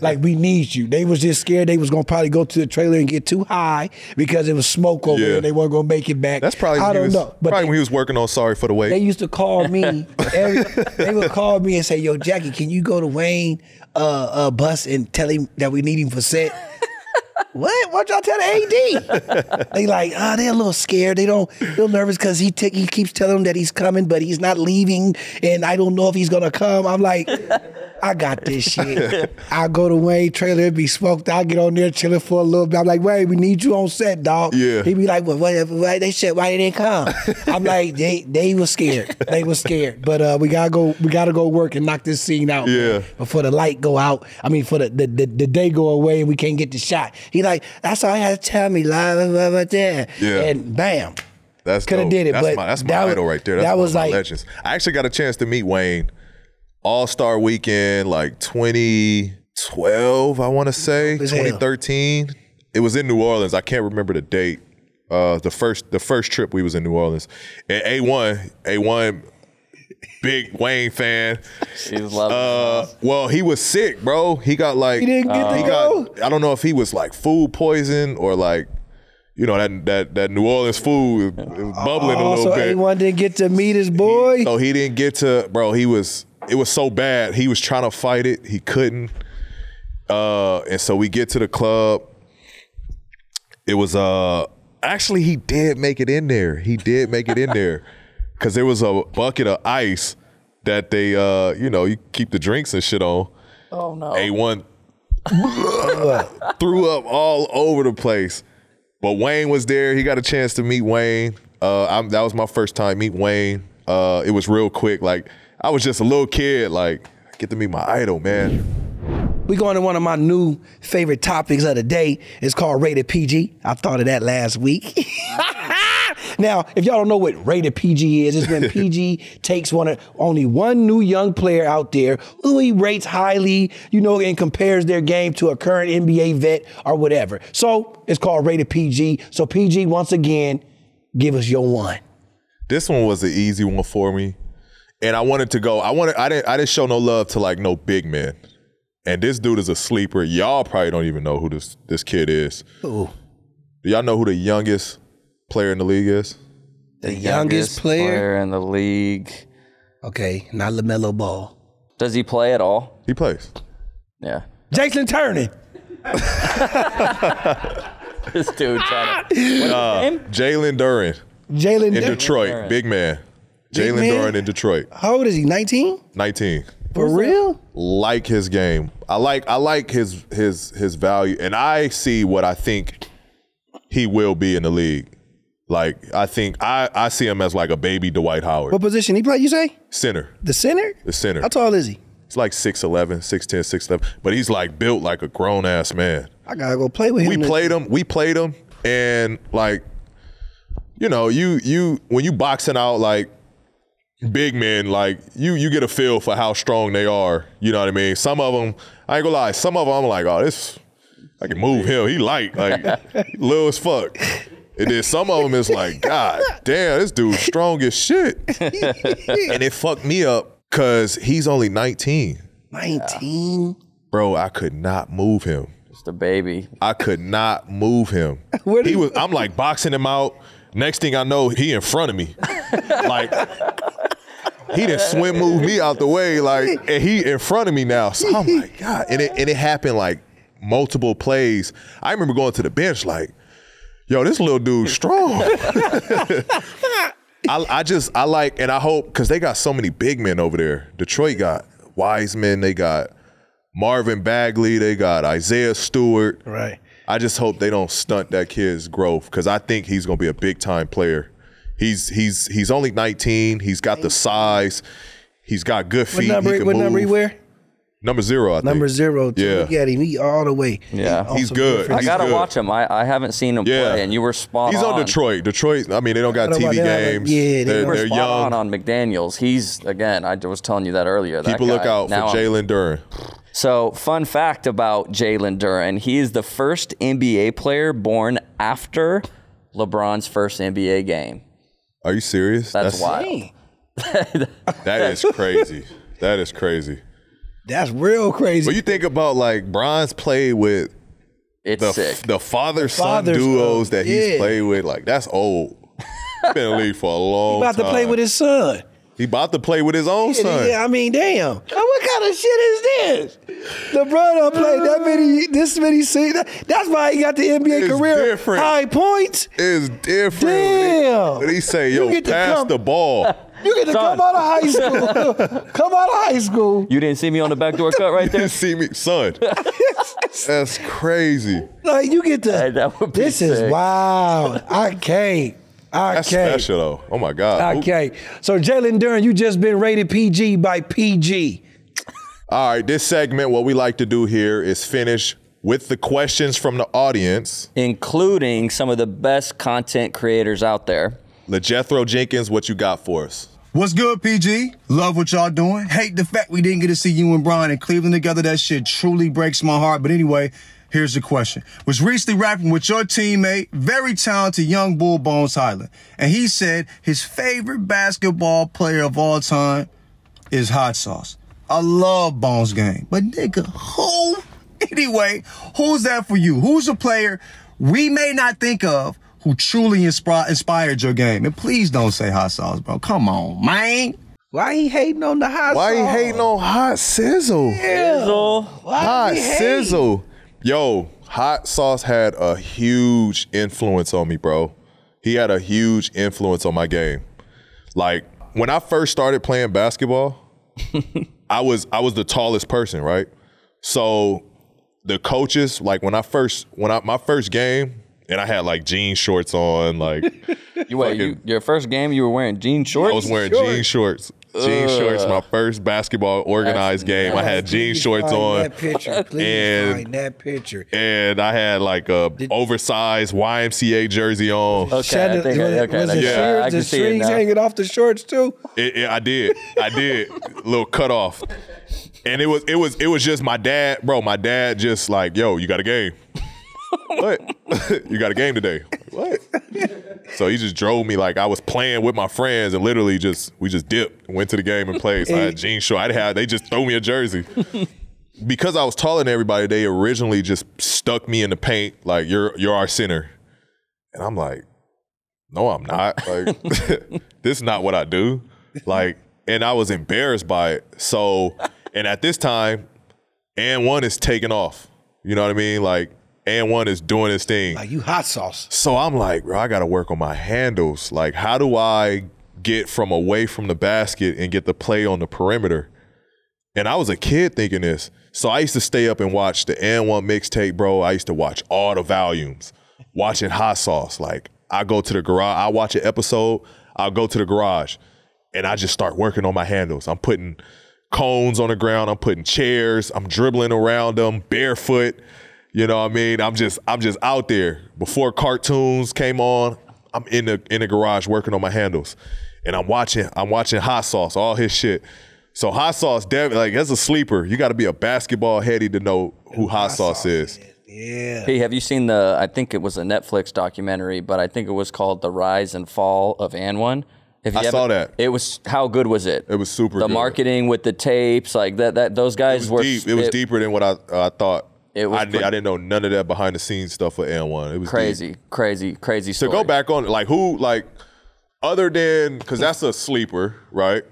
Speaker 1: like we need you. They was just scared they was gonna probably go to the trailer and get too high because it was smoke over
Speaker 2: Yeah.
Speaker 1: there. They weren't gonna make it back.
Speaker 2: That's probably
Speaker 1: I
Speaker 2: when
Speaker 1: don't
Speaker 2: he was,
Speaker 1: know. But
Speaker 2: probably
Speaker 1: they-
Speaker 2: when he was working on Sorry for the Wait.
Speaker 1: they used to call me. Every, they would call me and say, "Yo, Jackie, can you go to Wayne uh, uh, bus and tell him that we need him for set?" what? What y'all tell the AD? they like, ah, they're a little scared. They don't, they're nervous because he t- he keeps telling them that he's coming, but he's not leaving, and I don't know if he's gonna come. I'm like. I got this shit. I go to Wayne trailer, it be smoked. I get on there chilling for a little bit. I'm like, Wayne, we need you on set, dog.
Speaker 2: Yeah.
Speaker 1: He be like, well, whatever, why they said why they didn't come? I'm like, they they was scared. They was scared. But uh, we gotta go, we gotta go work and knock this scene out. man,
Speaker 2: Yeah.
Speaker 1: Before the light go out. I mean for the the, the, the day go away and we can't get the shot. He like, that's all he had to tell me, la blah, blah, blah, blah.
Speaker 2: Yeah.
Speaker 1: And bam.
Speaker 2: That's
Speaker 1: Coulda
Speaker 2: dope.
Speaker 1: did it,
Speaker 2: That's
Speaker 1: but
Speaker 2: my, that's my
Speaker 1: that was-
Speaker 2: idol right there. That's
Speaker 1: that
Speaker 2: one
Speaker 1: was
Speaker 2: of my
Speaker 1: like-
Speaker 2: legends. I actually got a chance to meet Wayne All Star Weekend, like 2012, I want to say
Speaker 1: as hell.
Speaker 2: 2013. It was in New Orleans. I can't remember the date. Uh, the first the first trip we was in New Orleans, and A one A one big Wayne fan.
Speaker 4: she's loving
Speaker 2: Uh, well, he was sick, bro. He got like
Speaker 1: He didn't get to
Speaker 2: he
Speaker 1: go.
Speaker 2: got- I don't know if he was like food poison or like you know that that that New Orleans food it was bubbling a
Speaker 1: Uh, also
Speaker 2: little bit.
Speaker 1: A1 didn't get to meet his boy.
Speaker 2: So he didn't get to bro. He was it was so bad. He was trying to fight it. He couldn't. Uh, and so we get to the club. It was uh actually he did make it in there. He did make it in there because there was a bucket of ice that they uh you know you keep the drinks and shit on.
Speaker 4: Oh no.
Speaker 2: A one threw up all over the place. But Wayne was there. He got a chance to meet Wayne. Uh, I'm, that was my first time meet Wayne. Uh, it was real quick. Like I was just a little kid. Like get to meet my idol, man.
Speaker 1: We going to one of my new favorite topics of the day. It's called Rated PG. I thought of that last week. Now, if y'all don't know what rated PG is, it's when PG takes one of only one new young player out there who he rates highly, you know, and compares their game to a current NBA vet or whatever. So it's called rated PG. So PG, once again, give us your one.
Speaker 2: This one was an easy one for me, and I wanted to go. I wanted. I didn't. I didn't show no love to like no big men. And this dude is a sleeper. Y'all probably don't even know who this this kid is.
Speaker 1: Ooh.
Speaker 2: Do y'all know who the youngest player in the league is?
Speaker 1: The, youngest, player.
Speaker 4: in the league.
Speaker 1: Okay, not LaMelo Ball.
Speaker 4: Does he play at all?
Speaker 2: He plays.
Speaker 4: Yeah.
Speaker 1: Jason Turner.
Speaker 4: This dude trying to.
Speaker 2: Jalen Duran
Speaker 1: Jalen
Speaker 2: in
Speaker 1: Dur-
Speaker 2: Detroit, big man. Jalen
Speaker 1: man?
Speaker 2: Duran in Detroit,
Speaker 1: How old is he? 19?
Speaker 2: 19.
Speaker 1: For real?
Speaker 2: Like his game. I like I like his his his value, and I see what I think he will be in the league. Like I think I I see him as like a baby Dwight Howard,
Speaker 1: What position he play, you say?
Speaker 2: center,
Speaker 1: The center?
Speaker 2: the center.
Speaker 1: How tall is he?
Speaker 2: It's like 6'11", 6'10", 6'11", but he's like built like a grown ass man.
Speaker 1: I gotta go play with him.
Speaker 2: we
Speaker 1: then.
Speaker 2: played him. We played him, and like, you know, you you when you boxing out like big men, like you you get a feel for how strong they are. You know what I mean? Some of them, I ain't gonna lie. Some of them, I'm like, oh, this I can move him. He light, like little as fuck. And then some of them is like, God damn, this dude's strong as shit. and it fucked me up because he's only 19.
Speaker 1: 19.
Speaker 2: Bro, I could not move him.
Speaker 4: Just a baby.
Speaker 2: I could not move him.
Speaker 1: Where
Speaker 2: he
Speaker 1: did-
Speaker 2: was. I'm like boxing him out. Next thing I know, he in front of me. like he didn't swim move me out the way. Like and he in front of me now. So I'm like, God. And it and it happened like multiple plays. I remember going to the bench like, yo, this little dude strong. I, I just I like and I hope because they got so many big men over there. Detroit got Wiseman. They got Marvin Bagley. They got Isaiah Stewart.
Speaker 1: Right.
Speaker 2: I just hope they don't stunt that kid's growth because I think he's gonna be a big time player. He's he's he's only 19. He's got the size. He's got good
Speaker 1: What
Speaker 2: feet.
Speaker 1: number
Speaker 2: he can
Speaker 1: what number he
Speaker 2: move.
Speaker 1: wear?
Speaker 2: Number zero. I think.
Speaker 1: Number zero. too.
Speaker 2: Yeah.
Speaker 1: Look at him. He all the way.
Speaker 4: Yeah.
Speaker 1: on
Speaker 2: He's
Speaker 1: some
Speaker 2: good.
Speaker 1: different-
Speaker 4: I gotta
Speaker 2: good.
Speaker 4: watch him. I, I haven't seen him
Speaker 2: Yeah.
Speaker 4: play, and you were spot
Speaker 2: He's
Speaker 4: on.
Speaker 2: on Detroit. Detroit. I mean, they don't got
Speaker 1: What about
Speaker 2: TV
Speaker 1: that? Like,
Speaker 2: games.
Speaker 1: yeah,
Speaker 2: they're,
Speaker 1: they don't-
Speaker 4: You were
Speaker 2: they're
Speaker 4: spot
Speaker 2: young.
Speaker 4: on on McDaniel's. He's again. I was telling you that earlier. That
Speaker 2: Keep a lookout
Speaker 4: guy. Now
Speaker 2: for
Speaker 4: I'm-
Speaker 2: Jalen Duran.
Speaker 4: So, fun fact about Jalen Duran: he is the first NBA player born after LeBron's first NBA game.
Speaker 2: Are you serious?
Speaker 4: That's, wild.
Speaker 2: That is crazy. that is crazy.
Speaker 1: That's real crazy.
Speaker 2: But you think about like Bron's played with
Speaker 4: It's
Speaker 2: the
Speaker 4: sick.
Speaker 2: the father son
Speaker 1: fathers,
Speaker 2: duos
Speaker 1: uh,
Speaker 2: that he's
Speaker 1: yeah.
Speaker 2: played with. Like that's old. Been in the league for a long.
Speaker 1: about to play
Speaker 2: time.
Speaker 1: with his son.
Speaker 2: He about to play with his own son.
Speaker 1: Yeah, I mean, damn. Now, What kind of shit is this? LeBron done played that many, this many seasons. That's why he got the NBA
Speaker 2: Uh. It's
Speaker 1: career
Speaker 2: different.
Speaker 1: high points.
Speaker 2: It's different.
Speaker 1: Damn.
Speaker 2: But he say,
Speaker 1: You
Speaker 2: "Yo,
Speaker 1: get to
Speaker 2: pass
Speaker 1: come-
Speaker 2: the ball."
Speaker 1: You get to
Speaker 4: Son.
Speaker 1: come out of high school. come out of high school.
Speaker 4: you didn't see me on the backdoor cut right there.
Speaker 2: See me, son. That's crazy.
Speaker 1: Like you get to.
Speaker 4: Hey, that would be
Speaker 1: this
Speaker 4: sick.
Speaker 1: is wild. I can't. I
Speaker 2: That's
Speaker 1: can't.
Speaker 2: special though. Oh my god. Oop.
Speaker 1: Okay. So Jalen Duran, you just been rated PG by PG.
Speaker 2: All right. This segment, what we like to do here is finish with the questions from the audience.
Speaker 4: including some of the best content creators out there.
Speaker 2: LeJethro Jenkins, what you got for us?
Speaker 5: What's good, PG? Love what y'all doing. Hate the fact we didn't get to see you and Brian in Cleveland together. That shit truly breaks my heart. But anyway, here's the question. Was recently rapping with your teammate, very talented young bull Bones Highland. And he said his favorite basketball player of all time is hot sauce. I love Bones game. But nigga, who? Anyway, who's that for you? Who's a player we may not think of who truly inspi- inspired your game? And please don't say hot sauce, bro. Come on, man.
Speaker 1: Why he hating on the high
Speaker 2: Why he hating on hot sizzle? hot sizzle. Yo, hot sauce had a huge influence on me, bro. He had a huge influence on my game. Like when I first started playing basketball, I was I was the tallest person, right? So the coaches, like when I first when I my first game, and I had like jean shorts on, like
Speaker 4: You, wait, you, your first game, you were wearing jean shorts.
Speaker 2: I was wearing jean shorts. jean shorts. My first basketball organized game. I had jean
Speaker 1: Please
Speaker 2: shorts
Speaker 1: find
Speaker 2: on,
Speaker 1: That picture, please
Speaker 2: and-
Speaker 1: find that picture.
Speaker 2: and I had like a oversized YMCA jersey on.
Speaker 3: I think I-
Speaker 1: was,
Speaker 3: okay,
Speaker 1: was
Speaker 3: I
Speaker 1: the
Speaker 3: can-
Speaker 1: shears-
Speaker 3: I can
Speaker 1: the
Speaker 3: see it
Speaker 1: strings
Speaker 3: now.
Speaker 1: hanging off the shorts too?
Speaker 2: It, it- I did. I did. Little cut off. And it was it was it was just my dad, bro. My dad just like, yo, you got a game. what? you got a game today. What? so he just drove me like I was playing with my friends and literally just we just dipped, went to the game and played. So I had jean short. I had they just threw me a jersey. because I was taller than everybody, they originally just stuck me in the paint like you're you're our center. And I'm like, no, I'm not. Like, this is not what I do. Like, and I was embarrassed by it. So, and at this time, and one is taking off. You know what I mean? Like, and one is doing his thing.
Speaker 1: Like you hot sauce.
Speaker 2: So I'm like, bro, I gotta work on my handles. Like, how do I get from away from the basket and get the play on the perimeter? And I was a kid thinking this. So I used to stay up and watch the N one mixtape, bro. I used to watch all the volumes, watching hot sauce. Like I go to the garage, I watch an episode, I'll go to the garage, and I just start working on my handles. I'm putting cones on the ground, I'm putting chairs, I'm dribbling around them barefoot. You know what I mean? I'm just I'm just out there. Before cartoons came on, I'm in the in the garage working on my handles. And I'm watching I'm watching Hot Sauce, all his shit. So Hot Sauce, def- like that's a sleeper. You got to be a basketball heady to know who Hot, sauce, is.
Speaker 3: Hey, have you seen the? I think it was a Netflix documentary, but I think it was called "The Rise and Fall of An One." If you
Speaker 2: I saw
Speaker 3: haven't-
Speaker 2: that.
Speaker 3: It was how good was it?
Speaker 2: It was super
Speaker 3: The
Speaker 2: good.
Speaker 3: marketing with the tapes, like that. That those guys
Speaker 2: It
Speaker 3: were.
Speaker 2: was, deep. It was deeper than what I uh, I thought.
Speaker 3: It was
Speaker 2: I, did,
Speaker 3: pre-
Speaker 2: I didn't know none of that behind the scenes stuff for N one. It was deep.
Speaker 3: Crazy, crazy, crazy.
Speaker 2: To
Speaker 3: Story.
Speaker 2: go back on it, like who like other than because that's a sleeper, right?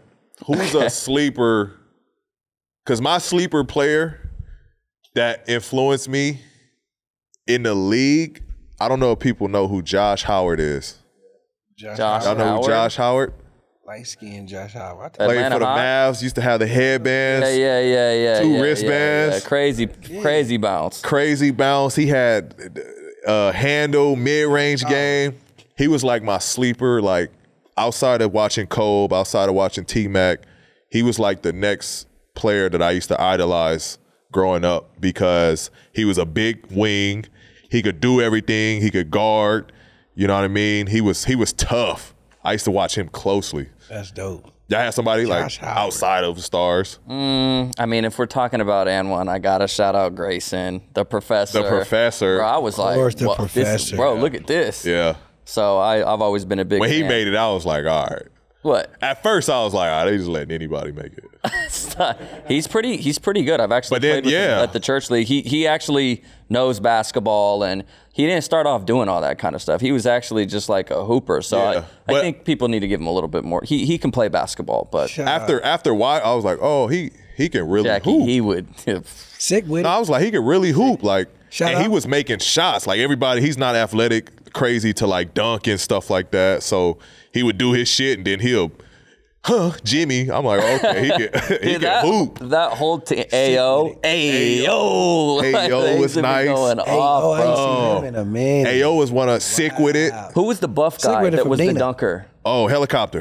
Speaker 2: Who's a sleeper? Because my sleeper player that influenced me in the league, I don't know if people know who Josh Howard is.
Speaker 3: Josh
Speaker 2: Y'all know who
Speaker 3: Howard?
Speaker 2: Josh Howard?
Speaker 1: Light skin Josh Howard. I
Speaker 2: Played for
Speaker 3: Atlanta
Speaker 2: the Mavs. Used to have the headbands.
Speaker 3: Yeah, yeah, yeah, yeah.
Speaker 2: Two
Speaker 3: yeah, yeah,
Speaker 2: wristbands.
Speaker 3: yeah. Crazy, crazy bounce.
Speaker 2: crazy bounce. He had uh, handle mid range
Speaker 1: Uh-huh.
Speaker 2: game. He was like my sleeper. Like outside of watching Kobe, outside of watching T Mac, he was like the next player that I used to idolize growing up because he was a big wing. He could do everything. He could guard. You know what I mean? He was he was tough. I used to watch him closely.
Speaker 1: That's dope.
Speaker 2: Y'all had somebody
Speaker 1: Josh
Speaker 2: like
Speaker 1: Howard.
Speaker 2: outside of the stars.
Speaker 3: Mm. I mean, if we're talking about An One, I gotta shout out Grayson, the professor.
Speaker 2: The professor.
Speaker 3: Bro, I was like,
Speaker 1: course, the
Speaker 3: "Whoa, this is-
Speaker 1: professor.
Speaker 3: bro, look at this.
Speaker 2: Yeah.
Speaker 3: So I, I've always been a big.
Speaker 2: When he
Speaker 3: fan.
Speaker 2: made it, I was like, all right.
Speaker 3: what?
Speaker 2: At first, I was like, "Ah, they just letting anybody make it."
Speaker 3: he's pretty. He's pretty good. I've actually
Speaker 2: But then,
Speaker 3: played with him
Speaker 2: yeah.
Speaker 3: at the church league. He he actually knows basketball, and he didn't start off doing all that kind of stuff. He was actually just like a hooper. So
Speaker 2: Yeah.
Speaker 3: I, I
Speaker 2: But-
Speaker 3: think people need to give him a little bit more. He he can play basketball, but
Speaker 2: after after why I was like, "Oh, he he can really
Speaker 3: Jackie
Speaker 2: hoop."
Speaker 3: he would.
Speaker 1: Sick with
Speaker 2: No, I
Speaker 1: it.
Speaker 2: was like, he could really hoop. Like,
Speaker 1: Shout
Speaker 2: and he
Speaker 1: out.
Speaker 2: was making shots. Like everybody, he's not athletic, crazy to like dunk and stuff like that. So he would do his shit, and then he'll, huh, Jimmy. I'm like, okay, he can he
Speaker 3: Dude, that,
Speaker 2: can hoop.
Speaker 3: that whole team, Ayo, Ayo, like,
Speaker 2: Ayo
Speaker 3: they
Speaker 2: was
Speaker 3: should be
Speaker 2: nice.
Speaker 3: Going
Speaker 1: Hey,
Speaker 3: off,
Speaker 1: oh,
Speaker 3: bro.
Speaker 1: I ain't seen him in a minute.
Speaker 2: Ayo is one of sick with it.
Speaker 3: Who was the buff guy
Speaker 1: with it
Speaker 3: that
Speaker 1: from
Speaker 3: was the
Speaker 1: Dina.
Speaker 3: dunker?
Speaker 2: Oh, helicopter,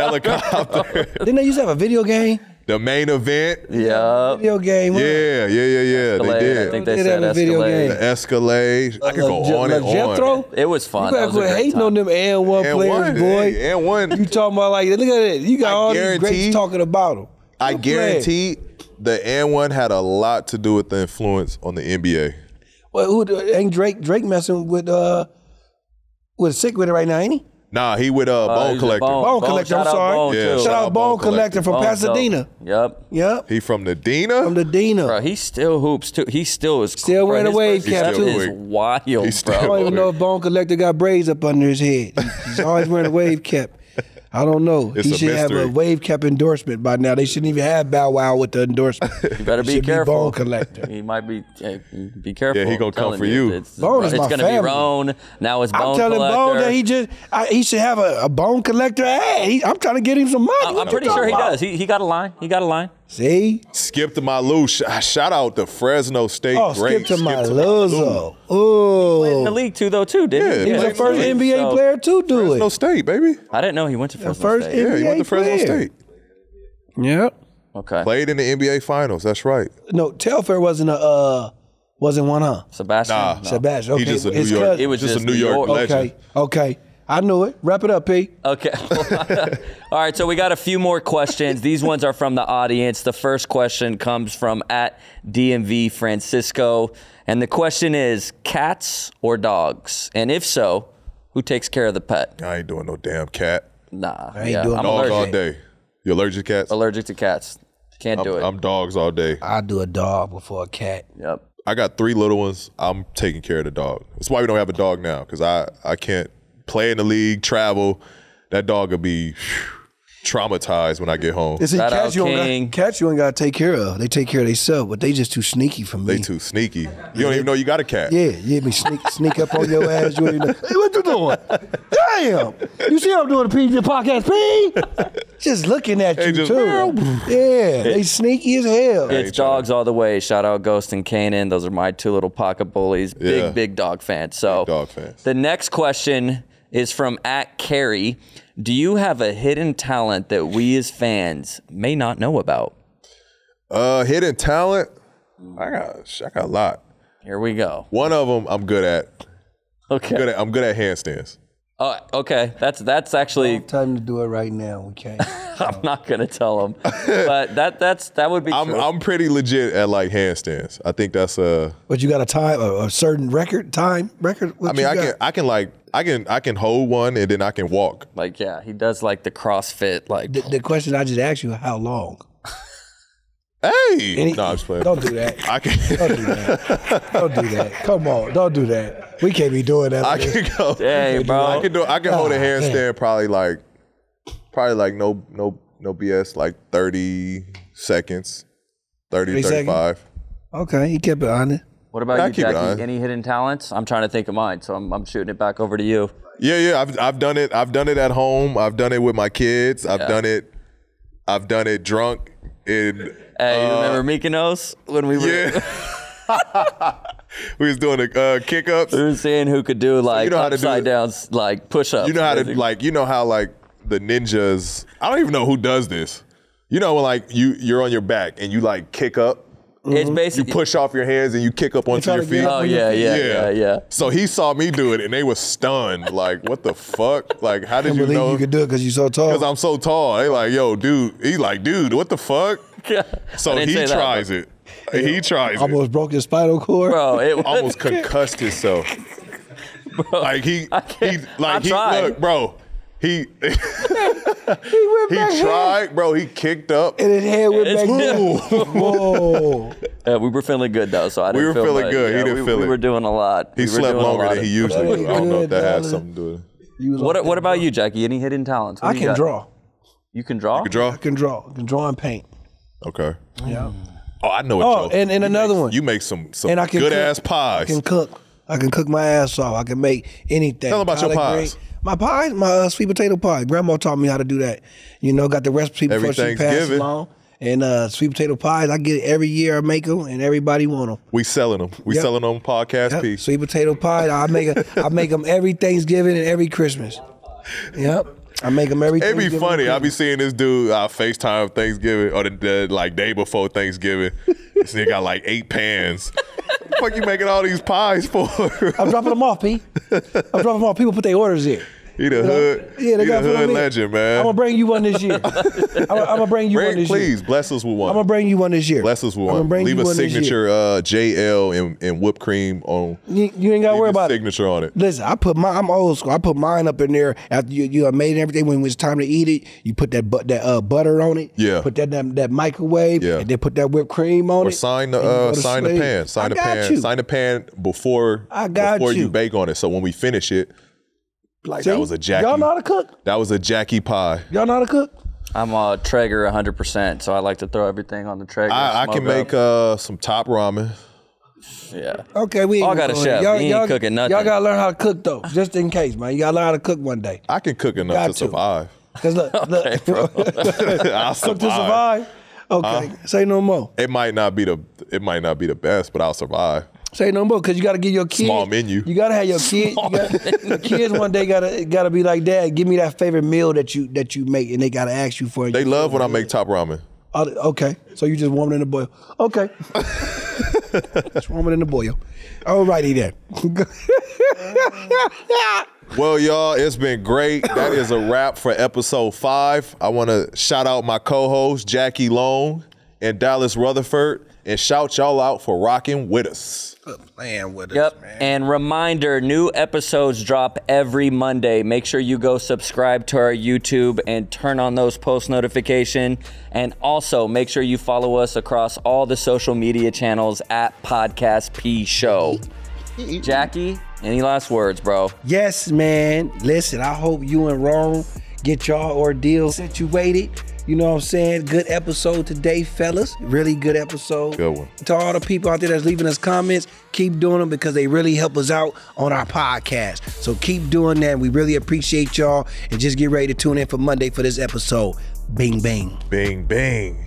Speaker 2: helicopter,
Speaker 1: Didn't they used to have a video game?
Speaker 2: the main event.
Speaker 3: Yeah,
Speaker 1: Video game. huh?
Speaker 2: Yeah, yeah, yeah, yeah. They
Speaker 3: Escalade, I
Speaker 2: did
Speaker 3: think
Speaker 1: They
Speaker 3: they
Speaker 1: did
Speaker 3: said
Speaker 1: have a video
Speaker 3: Escalade.
Speaker 1: game.
Speaker 2: the Escalade. I could go
Speaker 1: Lil Je-
Speaker 2: on and
Speaker 1: Lil
Speaker 2: on.
Speaker 1: Jethro?
Speaker 3: It was fun.
Speaker 1: You
Speaker 3: That
Speaker 1: gotta
Speaker 3: was a
Speaker 1: quit
Speaker 3: great
Speaker 1: hating
Speaker 3: time.
Speaker 1: on them and one
Speaker 2: And
Speaker 1: players,
Speaker 2: one,
Speaker 1: boy.
Speaker 2: and one.
Speaker 1: You talking about like, look at it. You got
Speaker 2: I
Speaker 1: all these
Speaker 2: guarantee-
Speaker 1: greats talking about him.
Speaker 2: I
Speaker 1: Good player.
Speaker 2: guarantee the and one had a lot to do with the influence on the NBA.
Speaker 1: Well, who the- ain't Drake? Drake messing with uh with sick with it right now, ain't he?
Speaker 2: Nah, he with uh, bone
Speaker 3: Oh, he's a
Speaker 2: collector.
Speaker 3: bone.
Speaker 1: Bone collector.
Speaker 3: shout
Speaker 1: I'm
Speaker 3: out
Speaker 1: sorry.
Speaker 3: Bone,
Speaker 2: Yeah,
Speaker 3: too.
Speaker 1: Shout out Bone Collector from
Speaker 3: Bone,
Speaker 1: Pasadena.
Speaker 3: dope. Yep.
Speaker 1: Yep,
Speaker 2: He from the Dina.
Speaker 1: from the Dina.
Speaker 3: Bro, he still hoops too. He still is
Speaker 1: Still
Speaker 3: bro,
Speaker 1: wearing a
Speaker 3: his
Speaker 1: wave
Speaker 3: first
Speaker 1: cap,
Speaker 3: step
Speaker 2: too.
Speaker 3: Is wild,
Speaker 2: He's
Speaker 1: I
Speaker 2: still-
Speaker 3: bro.
Speaker 1: don't even know if Bone Collector got braids up under his head. He's always wearing a wave cap. I don't know.
Speaker 2: It's
Speaker 1: he
Speaker 2: a
Speaker 1: should have a
Speaker 2: mystery.
Speaker 1: wave cap endorsement by now. They shouldn't even have Bow Wow with the endorsement.
Speaker 3: You better be
Speaker 1: should
Speaker 3: careful.
Speaker 1: Bone Collector.
Speaker 3: He might be. eh, be careful.
Speaker 2: Yeah, he gonna
Speaker 3: I'm
Speaker 2: come
Speaker 3: telling
Speaker 2: for you.
Speaker 3: It's,
Speaker 1: Bone is
Speaker 3: it's
Speaker 1: my
Speaker 3: gonna be
Speaker 1: family.
Speaker 3: Roan. Now it's Bone
Speaker 1: I'm telling
Speaker 3: Collector.
Speaker 1: Bone that he just I, he should have a, a Bone Collector ad. He, I'm trying to get him some money.
Speaker 3: I'm
Speaker 1: What
Speaker 3: I'm
Speaker 1: you
Speaker 3: pretty sure he
Speaker 1: talking about?
Speaker 3: does. He, he got a line. He got a line.
Speaker 1: See,
Speaker 2: Skip to my Lou. Sh- ah, shout out to Fresno State.
Speaker 1: oh,
Speaker 2: great.
Speaker 1: skip to my Lizzo. Oh,
Speaker 3: In the league too, though. Too
Speaker 2: Yeah,
Speaker 3: did.
Speaker 2: he was
Speaker 1: the
Speaker 2: Like,
Speaker 1: first
Speaker 2: so-
Speaker 1: NBA player to do
Speaker 2: Fresno
Speaker 1: it.
Speaker 2: State, baby.
Speaker 3: I didn't know he went to Fresno
Speaker 1: first
Speaker 3: State.
Speaker 1: in-
Speaker 2: Yeah, he went
Speaker 1: NBA
Speaker 2: to Fresno
Speaker 1: player.
Speaker 2: State.
Speaker 4: Yep.
Speaker 3: Okay.
Speaker 2: Played in the NBA Finals. That's right.
Speaker 4: No, Telfair wasn't a uh, wasn't one, huh?
Speaker 3: Sebastian.
Speaker 2: Nah.
Speaker 3: No.
Speaker 4: Sebastian. Okay,
Speaker 2: He just a New
Speaker 4: his
Speaker 2: York.
Speaker 4: cousin.
Speaker 3: It was
Speaker 2: just,
Speaker 3: just
Speaker 2: a New
Speaker 3: New
Speaker 2: York,
Speaker 3: York.
Speaker 2: legend.
Speaker 4: Okay, okay. I knew it. Wrap it up, P.
Speaker 3: Okay. All right. So we got a few more questions. These ones are from the audience. The first question comes from at DMV Francisco. And the question is cats or dogs? And if so, who takes care of the pet?
Speaker 2: I ain't doing no damn cat.
Speaker 3: Nah.
Speaker 4: ain't doing
Speaker 3: I'm
Speaker 4: no
Speaker 2: Dogs all
Speaker 3: allergic.
Speaker 2: day. You allergic to cats?
Speaker 3: allergic to cats. Can't
Speaker 2: I'm,
Speaker 3: do it.
Speaker 2: I'm dogs all day.
Speaker 4: I do a dog before a cat.
Speaker 3: yep.
Speaker 2: I got three little ones. I'm taking care of the dog. That's why we don't have a dog now, because I, I can't play in the league, travel. That dog will be traumatized when I get home.
Speaker 4: It's a
Speaker 3: Shout
Speaker 4: cat
Speaker 3: out
Speaker 4: you,
Speaker 3: King.
Speaker 4: ain't got, cats you ain't got to take care of. They take care of themselves, but they just too sneaky for me.
Speaker 2: They too sneaky. You don't even know you got a cat.
Speaker 4: Yeah, yeah, me sneak sneak up on your ass. You ain't know. Hey, what you doing? Damn! You see I'm doing the PG podcast, P? Just looking at you
Speaker 2: just-
Speaker 4: too. Yeah, they sneaky as hell.
Speaker 3: It's dogs all the way. Shout out Ghost and Kanan. Those are my two little pocket bullies.
Speaker 2: Yeah.
Speaker 3: Big, big dog fans. So
Speaker 2: dog fans.
Speaker 3: the next question is from at Carey. Do you have a hidden talent that we as fans may not know about?
Speaker 2: Uh, hidden talent. I got, sh- I got a lot.
Speaker 3: Here we go.
Speaker 2: One of them I'm good at.
Speaker 3: Okay.
Speaker 2: Good at. I'm good at handstands.
Speaker 3: Uh, okay. That's that's actually
Speaker 4: Time to do it right now. We can't.
Speaker 3: I'm not gonna tell them, but that that's that would be
Speaker 2: I'm
Speaker 3: true.
Speaker 2: I'm pretty legit at like handstands. I think that's uh
Speaker 4: But you got a time, a, a certain record time record. What
Speaker 2: I mean
Speaker 4: you
Speaker 2: I
Speaker 4: got?
Speaker 2: can I can like I can I can hold one and then I can walk.
Speaker 3: like yeah, he does like the CrossFit like
Speaker 4: The, the question I just asked you: How long?
Speaker 2: Hey,
Speaker 4: Any-
Speaker 2: no, I'm just playing.
Speaker 4: Don't do that.
Speaker 2: I can
Speaker 4: Don't do that. Don't do that. Come on, don't do that. We can't be doing that.
Speaker 2: I
Speaker 4: like this.
Speaker 2: can go.
Speaker 3: Dang, bro.
Speaker 2: I can do. I can hold a
Speaker 4: God,
Speaker 2: handstand
Speaker 4: damn.
Speaker 2: probably like probably like no no no BS like 30 seconds, 30
Speaker 4: 30 seconds?
Speaker 2: 35.
Speaker 4: Okay, he kept it honest.
Speaker 3: What about
Speaker 2: I
Speaker 3: you,
Speaker 2: keep it
Speaker 3: Jackie?
Speaker 2: on.
Speaker 3: Any hidden talents? I'm trying to think of mine, so I'm, I'm shooting it back over to you.
Speaker 2: Yeah, yeah. I've I've done it. I've done it at home. I've done it with my kids. I've done it. I've done it drunk. And
Speaker 3: Hey, you
Speaker 2: Uh,
Speaker 3: remember Mykonos when we were,
Speaker 2: yeah. we was doing the uh, kick ups.
Speaker 3: we were seeing who could do like
Speaker 2: know how to do
Speaker 3: upside
Speaker 2: it.
Speaker 3: downs, like push ups?
Speaker 2: You know how to like you know how like the ninjas I don't even know who does this. You know when like you you're on your back and you like kick up,
Speaker 3: It's
Speaker 2: you
Speaker 3: basically
Speaker 2: push off your hands and you kick up onto
Speaker 4: try
Speaker 2: your
Speaker 4: to get
Speaker 2: feet.
Speaker 4: up
Speaker 3: Oh
Speaker 4: on your
Speaker 3: yeah,
Speaker 4: feet.
Speaker 3: yeah, yeah, yeah.
Speaker 2: So he saw me do it and they were stunned. Like, what the fuck? Like, how did
Speaker 4: Can't
Speaker 2: you
Speaker 4: believe
Speaker 2: know?
Speaker 4: you could do it because you're so tall.
Speaker 2: Because I'm so tall. They like, yo, dude. He like, dude, what the fuck? So
Speaker 3: I didn't
Speaker 2: he
Speaker 3: say that,
Speaker 2: tries it. He tries it.
Speaker 4: almost broke your spinal cord.
Speaker 3: bro. It was,
Speaker 2: almost concussed himself. like he, he
Speaker 3: can't- I
Speaker 2: like he
Speaker 3: tried.
Speaker 2: look, bro. He
Speaker 4: He went
Speaker 2: he
Speaker 4: back in,
Speaker 2: tried, bro. He kicked up.
Speaker 4: and his head went back down. Whoa.
Speaker 3: uh, we were feeling good though, so I didn't
Speaker 2: were
Speaker 3: feel
Speaker 2: feeling
Speaker 3: much.
Speaker 2: good. He
Speaker 3: Yeah,
Speaker 2: didn't
Speaker 3: we,
Speaker 2: feel
Speaker 3: we
Speaker 2: it.
Speaker 3: were doing a lot.
Speaker 2: He
Speaker 3: we were
Speaker 2: slept
Speaker 3: doing a
Speaker 2: longer
Speaker 3: lot
Speaker 2: than
Speaker 3: of-
Speaker 2: he usually
Speaker 4: That
Speaker 2: would.
Speaker 4: ain't
Speaker 2: I don't know if
Speaker 4: good,
Speaker 2: that had
Speaker 4: darling.
Speaker 2: something to do with it.
Speaker 4: You was
Speaker 3: What
Speaker 4: like,
Speaker 3: What about you, Jackie? Any hidden talents? What
Speaker 4: I
Speaker 3: do
Speaker 4: can
Speaker 3: you got?
Speaker 4: draw.
Speaker 3: You can draw.
Speaker 2: You draw?
Speaker 4: I can draw. I can draw and paint.
Speaker 2: Okay.
Speaker 4: Yeah.
Speaker 2: Oh, I know what
Speaker 4: Oh,
Speaker 2: Joe-
Speaker 4: and, and another one.
Speaker 2: you make some some
Speaker 4: and I can
Speaker 2: good
Speaker 4: cook.
Speaker 2: ass
Speaker 4: I
Speaker 2: pies.
Speaker 4: can cook. I can cook my ass off. I can make anything.
Speaker 2: Tell 'em about your
Speaker 4: Collard
Speaker 2: pies.
Speaker 4: green- My pies, my uh, sweet potato pie. Grandma taught me how to do that. You know, got the recipe
Speaker 2: Every
Speaker 4: before she passed
Speaker 2: Thanksgiving.
Speaker 4: along. And uh, sweet potato pies, I get it every year. I make them, and everybody want them.
Speaker 2: We selling them. We
Speaker 4: Yep.
Speaker 2: selling them podcast
Speaker 4: Yep.
Speaker 2: piece.
Speaker 4: Sweet potato pie. I make a, I make them every Thanksgiving and every Christmas. Yep. I make them every.
Speaker 2: It'd be
Speaker 4: Thanksgiving and
Speaker 2: funny. I
Speaker 4: Christmas.
Speaker 2: be seeing this dude uh, FaceTime Thanksgiving or the, the like day before Thanksgiving. this nigga got like eight pans. fuck you making all these pies for?
Speaker 4: I'm dropping them off, P. I'm dropping them off. People put their orders in.
Speaker 2: he the hood.
Speaker 4: Yeah, they
Speaker 2: he the
Speaker 4: got
Speaker 2: hood legend, man.
Speaker 4: I'm gonna bring you one this year. I'm, gonna bring you
Speaker 2: Bring-
Speaker 4: one this year.
Speaker 2: please bless us with one.
Speaker 4: I'm gonna bring you one this year.
Speaker 2: bless us with
Speaker 4: I'm gonna
Speaker 2: one.
Speaker 4: bring
Speaker 2: Leave
Speaker 4: you
Speaker 2: a
Speaker 4: one this year.
Speaker 2: signature uh, JL and, and whipped cream on.
Speaker 4: You, you ain't gotta
Speaker 2: Leave
Speaker 4: worry
Speaker 2: a
Speaker 4: about it.
Speaker 2: signature on it.
Speaker 4: Listen, I put my I'm old school. I put mine up in there after you you done made everything. When it's time to eat it, you put that but that uh, butter on it.
Speaker 2: Yeah.
Speaker 4: Put that that, that microwave.
Speaker 2: Yeah.
Speaker 4: And then put that whipped cream on
Speaker 2: Or
Speaker 4: it.
Speaker 2: sign the
Speaker 4: and you go
Speaker 2: uh,
Speaker 4: to
Speaker 2: sign the
Speaker 4: sleep.
Speaker 2: pan. Sign
Speaker 4: I
Speaker 2: the
Speaker 4: got
Speaker 2: pan.
Speaker 4: You.
Speaker 2: Sign the pan before
Speaker 4: I got
Speaker 2: before you.
Speaker 4: you.
Speaker 2: bake on it. So when we finish it, like
Speaker 4: See?
Speaker 2: that was a Jackie.
Speaker 4: Y'all know how to cook.
Speaker 2: That was a Jackie pie.
Speaker 4: Y'all know how to cook.
Speaker 3: I'm a Traeger 100, percent so I like to throw everything on the Traeger.
Speaker 2: I, I
Speaker 3: smoke
Speaker 2: can
Speaker 3: up.
Speaker 2: make uh, some top ramen.
Speaker 3: yeah.
Speaker 4: Okay, we ain't
Speaker 3: All got a
Speaker 4: going
Speaker 3: chef.
Speaker 4: there.
Speaker 3: He ain't cooking nothing.
Speaker 4: Y'all gotta learn how to cook though, just in case, man. You gotta learn how to cook one day.
Speaker 2: I can cook enough
Speaker 4: Got
Speaker 2: to
Speaker 4: to.
Speaker 2: survive.
Speaker 4: Cause look, look,
Speaker 2: I'll
Speaker 4: cook
Speaker 2: survive.
Speaker 4: to survive. Okay, say no more.
Speaker 2: It might not be the it might not be the best, but I'll survive.
Speaker 1: Say no more, cause you got to give your kids
Speaker 2: Small menu.
Speaker 1: You got to have your kid. You gotta, your kids one day got to got to be like, Dad, give me that favorite meal that you that you make, and they got to ask you for it.
Speaker 2: They love when I make top ramen.
Speaker 1: Oh, okay, so you just warm it in the boil. Okay, just warm it in the boil. All righty then.
Speaker 2: Well, y'all, it's been great. That is a wrap for episode five. I want to shout out my co-hosts Jackie Long and Dallas Rutherford, and shout y'all out for rocking with us.
Speaker 1: Playing with us,
Speaker 3: Yep. And reminder new episodes drop every Monday. Make sure you go subscribe to our YouTube and turn on those post notification. And also make sure you follow us across all the social media channels at Podcast P Show. Jackie, any last words, bro?
Speaker 1: Yes, man. Listen, I hope you and Rome get y'all ordeal situated. You know what I'm saying? Good episode today, fellas. Really good episode.
Speaker 2: Good one.
Speaker 1: To all the people out there that's leaving us comments, keep doing them because they really help us out on our podcast. So keep doing that. We really appreciate y'all. And just get ready to tune in for Monday for this episode. Bing, bing.
Speaker 2: Bing, bing.